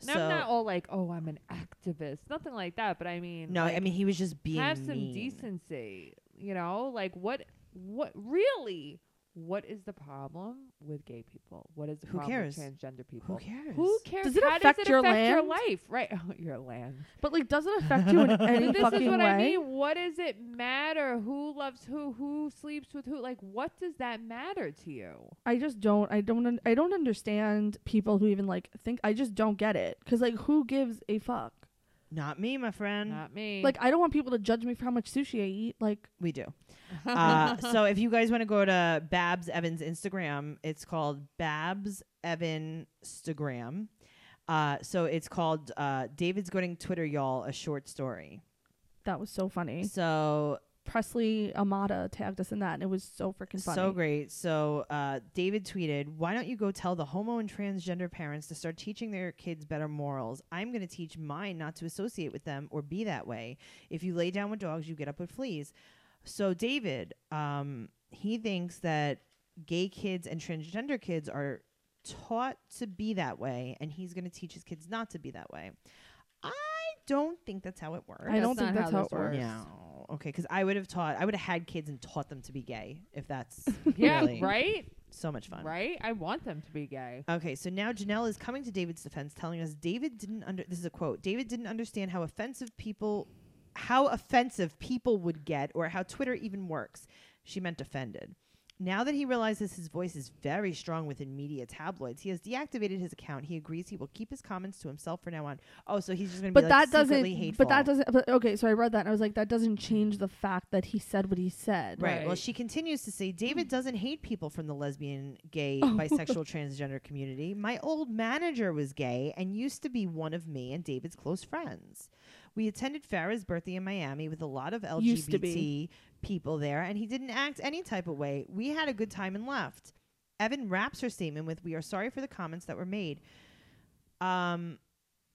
And
so
I'm not all like, oh, I'm an activist, nothing like that. But I mean,
no, I
like,
mean he was just being
have some
mean.
decency. You know, like what? What really? What is the problem with gay people? What is the
Who
problem
cares?
with transgender people?
Who cares?
Who cares?
Does it
How
affect
does it
your
affect your
land?
life? Right, oh, your land.
but like does it affect you in any
this
fucking
is what
way
I mean. What does it matter? Who loves who? Who sleeps with who? Like, what does that matter to you?
I just don't. I don't. Un- I don't understand people who even like think. I just don't get it. Cause like, who gives a fuck?
Not me, my friend.
Not me.
Like, Mm. I don't want people to judge me for how much sushi I eat. Like,
We do. uh, so if you guys want to go to Babs Evan's Instagram, it's called Babs Evan Instagram. Uh, so it's called uh, David's Going Twitter, y'all, a short story.
that was so funny.
So
Presley Amata tagged us in that, and it was so freaking funny.
So great. So uh, David tweeted, "Why don't you go tell the homo and transgender parents to start teaching their kids better morals? I'm going to teach mine not to associate with them or be that way. If you lay down with dogs, you get up with fleas." So David, um, he thinks that gay kids and transgender kids are taught to be that way, and he's going to teach his kids not to be that way. I don't think that's how it works.
I don't
That's not
think that's
how
how it
this
works.
works.
No. Okay, because I would have taught, I would have had kids and taught them to be gay if that's
yeah,
really
right,
so much fun.
right. I want them to be gay.
Okay, so now Janelle is coming to David's defense, telling us David didn't under. This is a quote. David didn't understand how offensive people, how offensive people would get, or how Twitter even works. She meant offended. Now that he realizes his voice is very strong within media tabloids, he has deactivated his account. He agrees he will keep his comments to himself from now on. Oh, so he's just going to
But
be
that
like,
doesn't.
secretly hateful.
But that doesn't. But okay, so I read that, and I was like, that doesn't change the fact that he said what he said.
Right. Well,
Right.
she continues to say David doesn't hate people from the lesbian, gay,
Oh.
bisexual, transgender community. My old manager was gay and used to be one of me and David's close friends. We attended Farah's birthday in Miami with a lot of
Used to
LGBT people there, and he didn't act any type of way. We had a good time and left. Evan wraps her statement with We are sorry for the comments that were made. Um,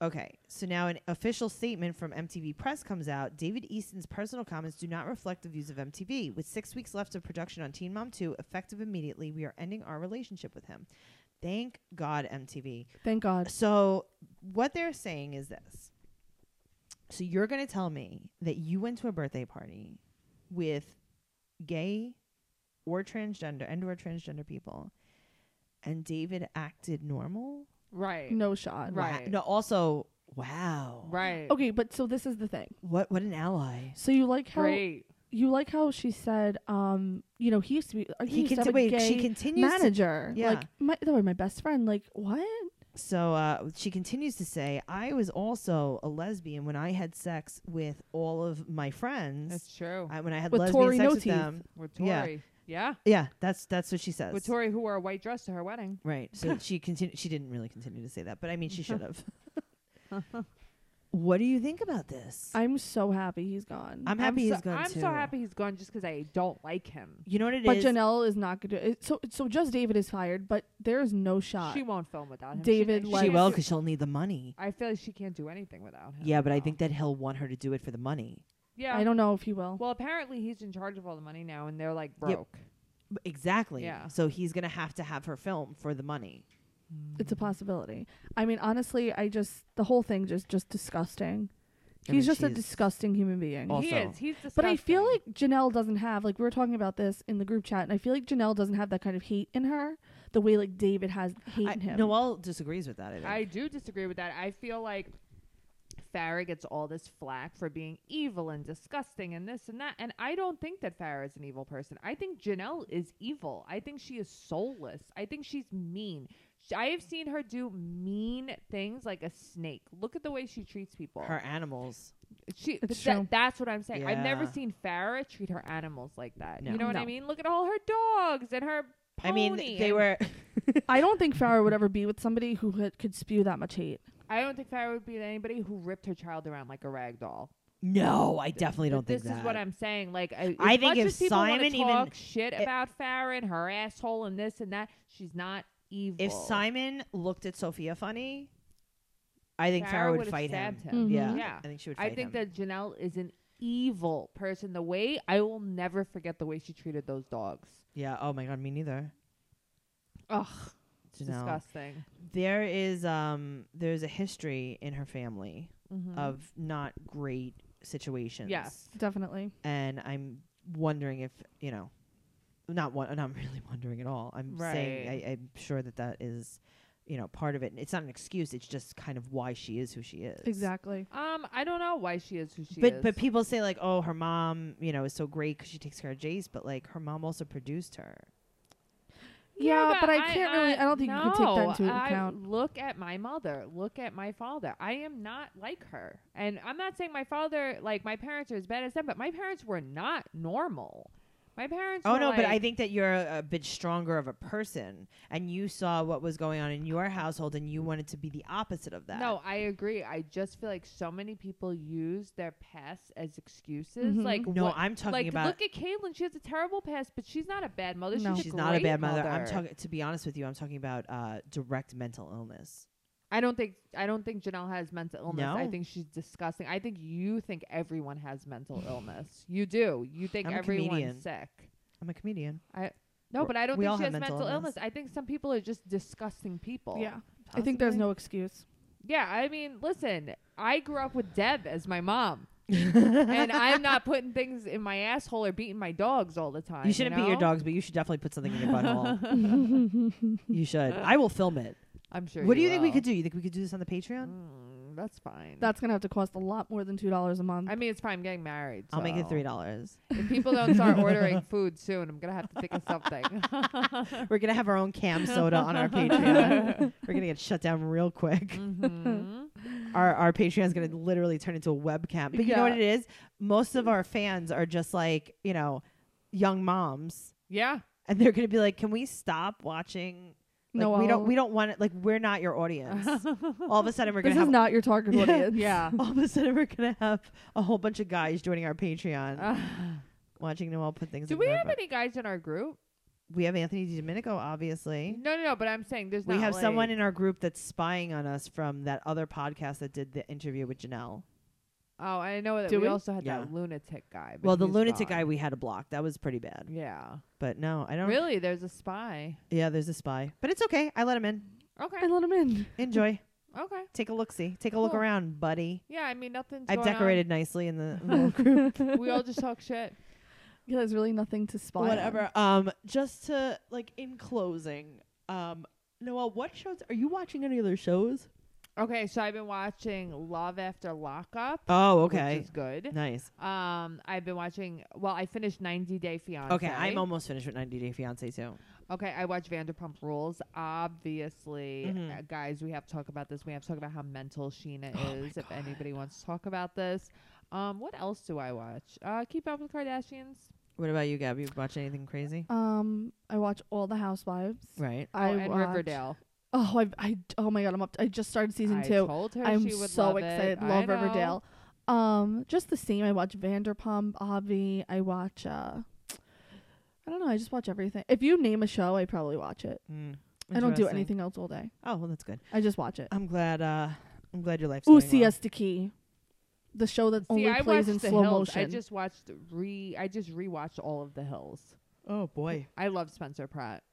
Okay, so now an official statement from MTV Press comes out. David Easton's personal comments do not reflect the views of MTV. With six weeks left of production on Teen Mom 2, effective immediately, we are ending our relationship with him. Thank God MTV.
Thank God.
So what they're saying is this. So you're going to tell me that you went to a birthday party with gay or transgender and or transgender people and David acted normal?
Right.
No shot.
Right.
Wow. No, also, wow.
Right.
Okay, but so this is the thing.
What what an ally.
So you like how
Great.
you like how she said, um, you know, he used to be. I
He
used to
can
have a
wait,
gay
she continues to
manager.
yeah.
Like my that was my best friend. Like what?
So uh, she continues to say, I was also a lesbian when I had sex with all of my friends.
That's true.
I, when I had
With
lesbian
Tori
sex
No
with
Teeth.
them.
With
yeah.
Tori. Yeah.
Yeah, that's that's what she says.
With Tori, who wore a white dress to her wedding.
Right. So she continued. She didn't really continue to say that, but I mean, she should have. what do you think about this?
I'm so happy he's gone.
I'm happy
so,
he's gone
I'm
too.
so happy he's gone just because I don't like him.
You know what it is.
but Janelle is not going to. So so just David is fired, but there is no shot.
She won't film without him.
David
she,
Lynch.
she
can't
will
do-
because she'll need the money.
I feel like she can't do anything without him.
Yeah, but I
though.
think that he'll want her to do it for the money.
Yeah.
I don't know if he will.
Well, apparently he's in charge of all the money now, and they're like broke.
B- Exactly.
Yeah.
So he's gonna have to have her film for the money.
it's a possibility. I mean, honestly, I just the whole thing just just disgusting.
I mean,
He's just a
she's-
disgusting human being.
Awful.
He
Also-
is. He's disgusting.
But I feel like Janelle doesn't have like we were talking about this in the group chat, and I feel like Janelle doesn't have that kind of hate in her the way like David has hate
I,
in him.
Noelle disagrees with that. I think.
I do disagree with that. I feel like Farrah gets all this flack for being evil and disgusting and this and that. And I don't think that Farrah is an evil person. I think Janelle is evil. I think she is soulless. I think she's mean. Sh- I have seen her do mean things like a snake. Look at the way she treats people.
her animals.
she, but
It's
that-
true.
that's what I'm saying. I've never
Yeah.
seen Farrah treat her animals like that.
No.
You know what I
No.
mean? Look at all her dogs and her.
I mean,
pony
they
and-
were.
I don't think Farrah would ever be with somebody who could, could spew that much hate.
I don't think Farrah would be with anybody who ripped her child around like a rag doll.
no, I definitely don't
But
think
this is
that.
what I'm saying. Like, I,
I
as
think
much
if
as people wanna
Simon even-
talk shit
i-
about Farrah and her asshole and this and that, she's not evil.
If Simon looked at Sophia funny, I think
Farrah
Farrah would
would've
fight him.
stabbed him.
Yeah,
Mhm.
Yeah.
I think she would.
I
Fight
think
him.
that Janelle is an evil person. The way I will never forget the way she treated those dogs.
Yeah. Oh my god, me neither.
Ugh,
Janelle.
disgusting.
There is um there's a history in her family of not great situations.
Mm-hmm. yes,
Definitely.
And I'm wondering if, you know, not one and I'm really wondering at all. I'm saying
Right.
I, I'm sure that that is, you know, part of it. It's not an excuse. It's just kind of why she is who she is.
Exactly.
um, I don't know why she is who she
But
is.
but people say like, oh, her mom, you know, is so great because she takes care of Jace. But like, her mom also produced her.
Yeah, but I can't really- I don't think you could take that
uh, no,
into
I-
account.
Look at my mother. Look at my father. I am not like her, and I'm not saying my father, like my parents, are as bad as them, but my parents were not normal. My parents.
Oh
were
no, but I
like-
think that you're a, a bit stronger of a person, and you saw what was going on in your household, and you wanted to be the opposite of that.
No, I agree. I just feel like so many people use their past as excuses.
Mhm.
Like
no,
what-
I'm talking
like
about.
look at Caitlyn. She has a terrible past, but she's not a bad mother.
No.
She's,
She's not a
great
bad mother.
mother.
I'm talking. To be honest with you, I'm talking about uh, direct mental illness.
I don't think I don't think Janelle has mental illness. I
No.
think she's disgusting. I think you think everyone has mental illness. You do. You think
I'm a
everyone's
comedian.
sick.
I'm a comedian.
No, but I don't
We all
think she
have
has
mental
mental,
illness.
illness. I think some people are just disgusting people.
Yeah. I think there's
Possibly.
no excuse.
Yeah, I mean, listen, I grew up with Deb as my mom. and I'm not putting things in my asshole or beating my dogs all the time.
You shouldn't beat your
know?
dogs, but you should definitely put something in your butthole. you should. I will film it.
I'm sure.
what do you think we could
will.
do? You think we could do this on the Patreon?
Mm, that's fine.
That's gonna have to cost a lot more than two dollars a month.
I mean, it's fine. I'm getting married.
I'll make it
so.
three dollars.
If people don't start ordering food soon, I'm gonna have to think of something.
We're gonna have our own cam soda on our Patreon. We're gonna get shut down real quick.
Mhm.
Our our Patreon's gonna literally turn into a webcam. But you know what
Yeah.
it is? Most of our fans are just like, you know, young moms.
Yeah,
And they're gonna be like, Can we stop watching like
no,
we don't we don't want it like we're not your audience. all of a sudden we're
This
gonna
is
have
not your target
Yeah.
audience.
yeah.
all of a sudden we're gonna have a whole bunch of guys joining our Patreon watching Noel put things
do
in
we
their
have
butt.
any guys in our group?
We have Anthony Domenico, obviously.
No, no, no. But I'm saying there's.
We
not,
have someone
like-
in our group that's spying on us from that other podcast that did the interview with Janelle.
Oh, I know that
Do
we,
we?
also had
Yeah.
that lunatic guy. but
Well, the
he's
lunatic
gone.
guy we had to block. That was pretty bad.
Yeah.
But no, I don't.
Really, there's a spy.
Yeah, there's a spy. But it's okay. I let him in.
Okay.
I let him in.
Enjoy.
Okay.
Take a look. See. Take a look
Cool.
around, buddy.
Yeah, I mean nothing's.
I've
going on.
decorated nicely in the little
we all just talk shit.
Yeah, there's really nothing to spy. on.
Whatever. Um, just to like in closing, um, Noel, what shows are you watching? Any other shows?
Okay, so I've been watching Love After Lockup.
Oh,
Which
okay.
is good.
Nice.
Um, I've been watching. Well, I finished 90 Day Fiance.
Okay, I'm almost finished with 90 Day Fiance too.
Okay, I watch Vanderpump Rules. Obviously,
Mhm.
Mm-hmm.
uh, guys, we have to talk about this. We have to talk about how mental Sheena
Oh
is. If anybody wants to talk about this, um, what else do I watch? Uh, Keep Up with the Kardashians.
What about you, Gabby? You watch anything crazy?
Um, I watch all the Housewives.
Right.
Oh,
I
and
watch-
Riverdale.
Oh, I, I, oh my God, I'm up. I just started season
I
two.
told her
I'm
she would
so
love it.
excited.
I
Love
know.
Riverdale. Um, just the same. I watch Vanderpump, Avi. I watch. uh I don't know. I just watch everything. If you name a show, I probably watch it.
Mm,
I don't do
interesting.
anything else all day.
Oh well, that's good.
I just watch it.
I'm glad. Uh, I'm glad your life's.
Ooh,
going well.
CS the key, the show that only
See, I
plays
watched
in
The
slow
Hills.
motion.
I just watched re. I just rewatched all of The Hills.
Oh boy,
I love Spencer Pratt.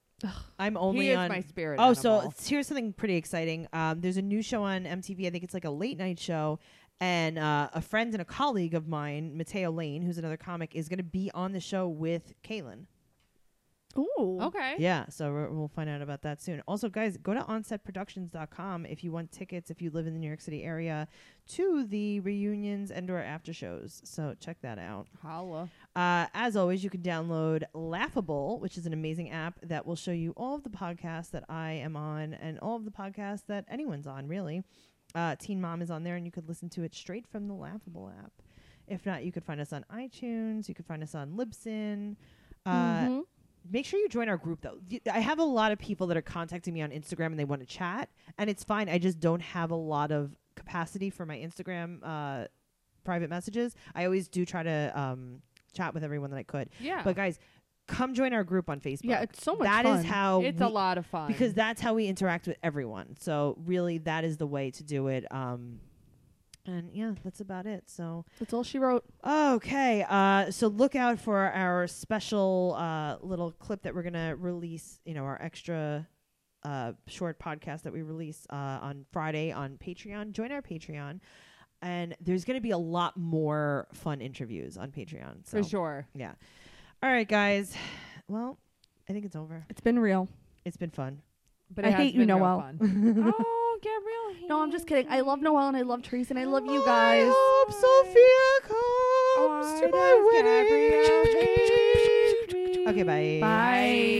I'm only
he is
on.
my spirit.
oh, so
animal.
it's- here's something pretty exciting. Um, there's a new show on MTV. I think it's like a late night show, and uh, a friend and a colleague of mine, Mateo Lane, who's another comic, is going to be on the show with Kaylin.
Ooh.
okay.
Yeah, so we're, we'll find out about that soon. Also, guys, go to onsetproductions.com if you want tickets if you live in the New York City area to the reunions and or after shows. So check that out.
Holla.
Uh, as always, you can download Laughable, which is an amazing app that will show you all of the podcasts that I am on and all of the podcasts that anyone's on, really. Uh, Teen Mom is on there, and you could listen to it straight from the Laughable app. If not, you could find us on iTunes. You could find us on Libsyn. Uh,
Mhm.
Make sure you join our group though. Y- I have a lot of people that are contacting me on Instagram and they want to chat, and it's fine. I just don't have a lot of capacity for my Instagram uh, private messages. I always do try to um, chat with everyone that I could.
Yeah.
But guys, come join our group on Facebook.
Yeah, it's so much
That
fun.
is how
it's
we-
a lot of fun
because that's how we interact with everyone. So really, that is the way to do it. Um, and yeah, that's about it. So.
That's all she wrote.
Okay, uh, so look out for our special uh, little clip that we're gonna release. You know, our extra uh, short podcast that we release uh, on Friday on Patreon. Join our Patreon, and there's gonna be a lot more fun interviews on Patreon. So,
for sure.
yeah. All right, guys. Well, I think it's over.
It's been real.
It's been fun.
But
I
it has
hate you,
been real
Noelle.
fun. oh, get real.
No, I'm just kidding. I love Noel and I love Teresa and I love you
I
guys.
hope Sophia comes to my wedding.
Gabrielle leave me?
Okay, bye.
Bye.
Oh,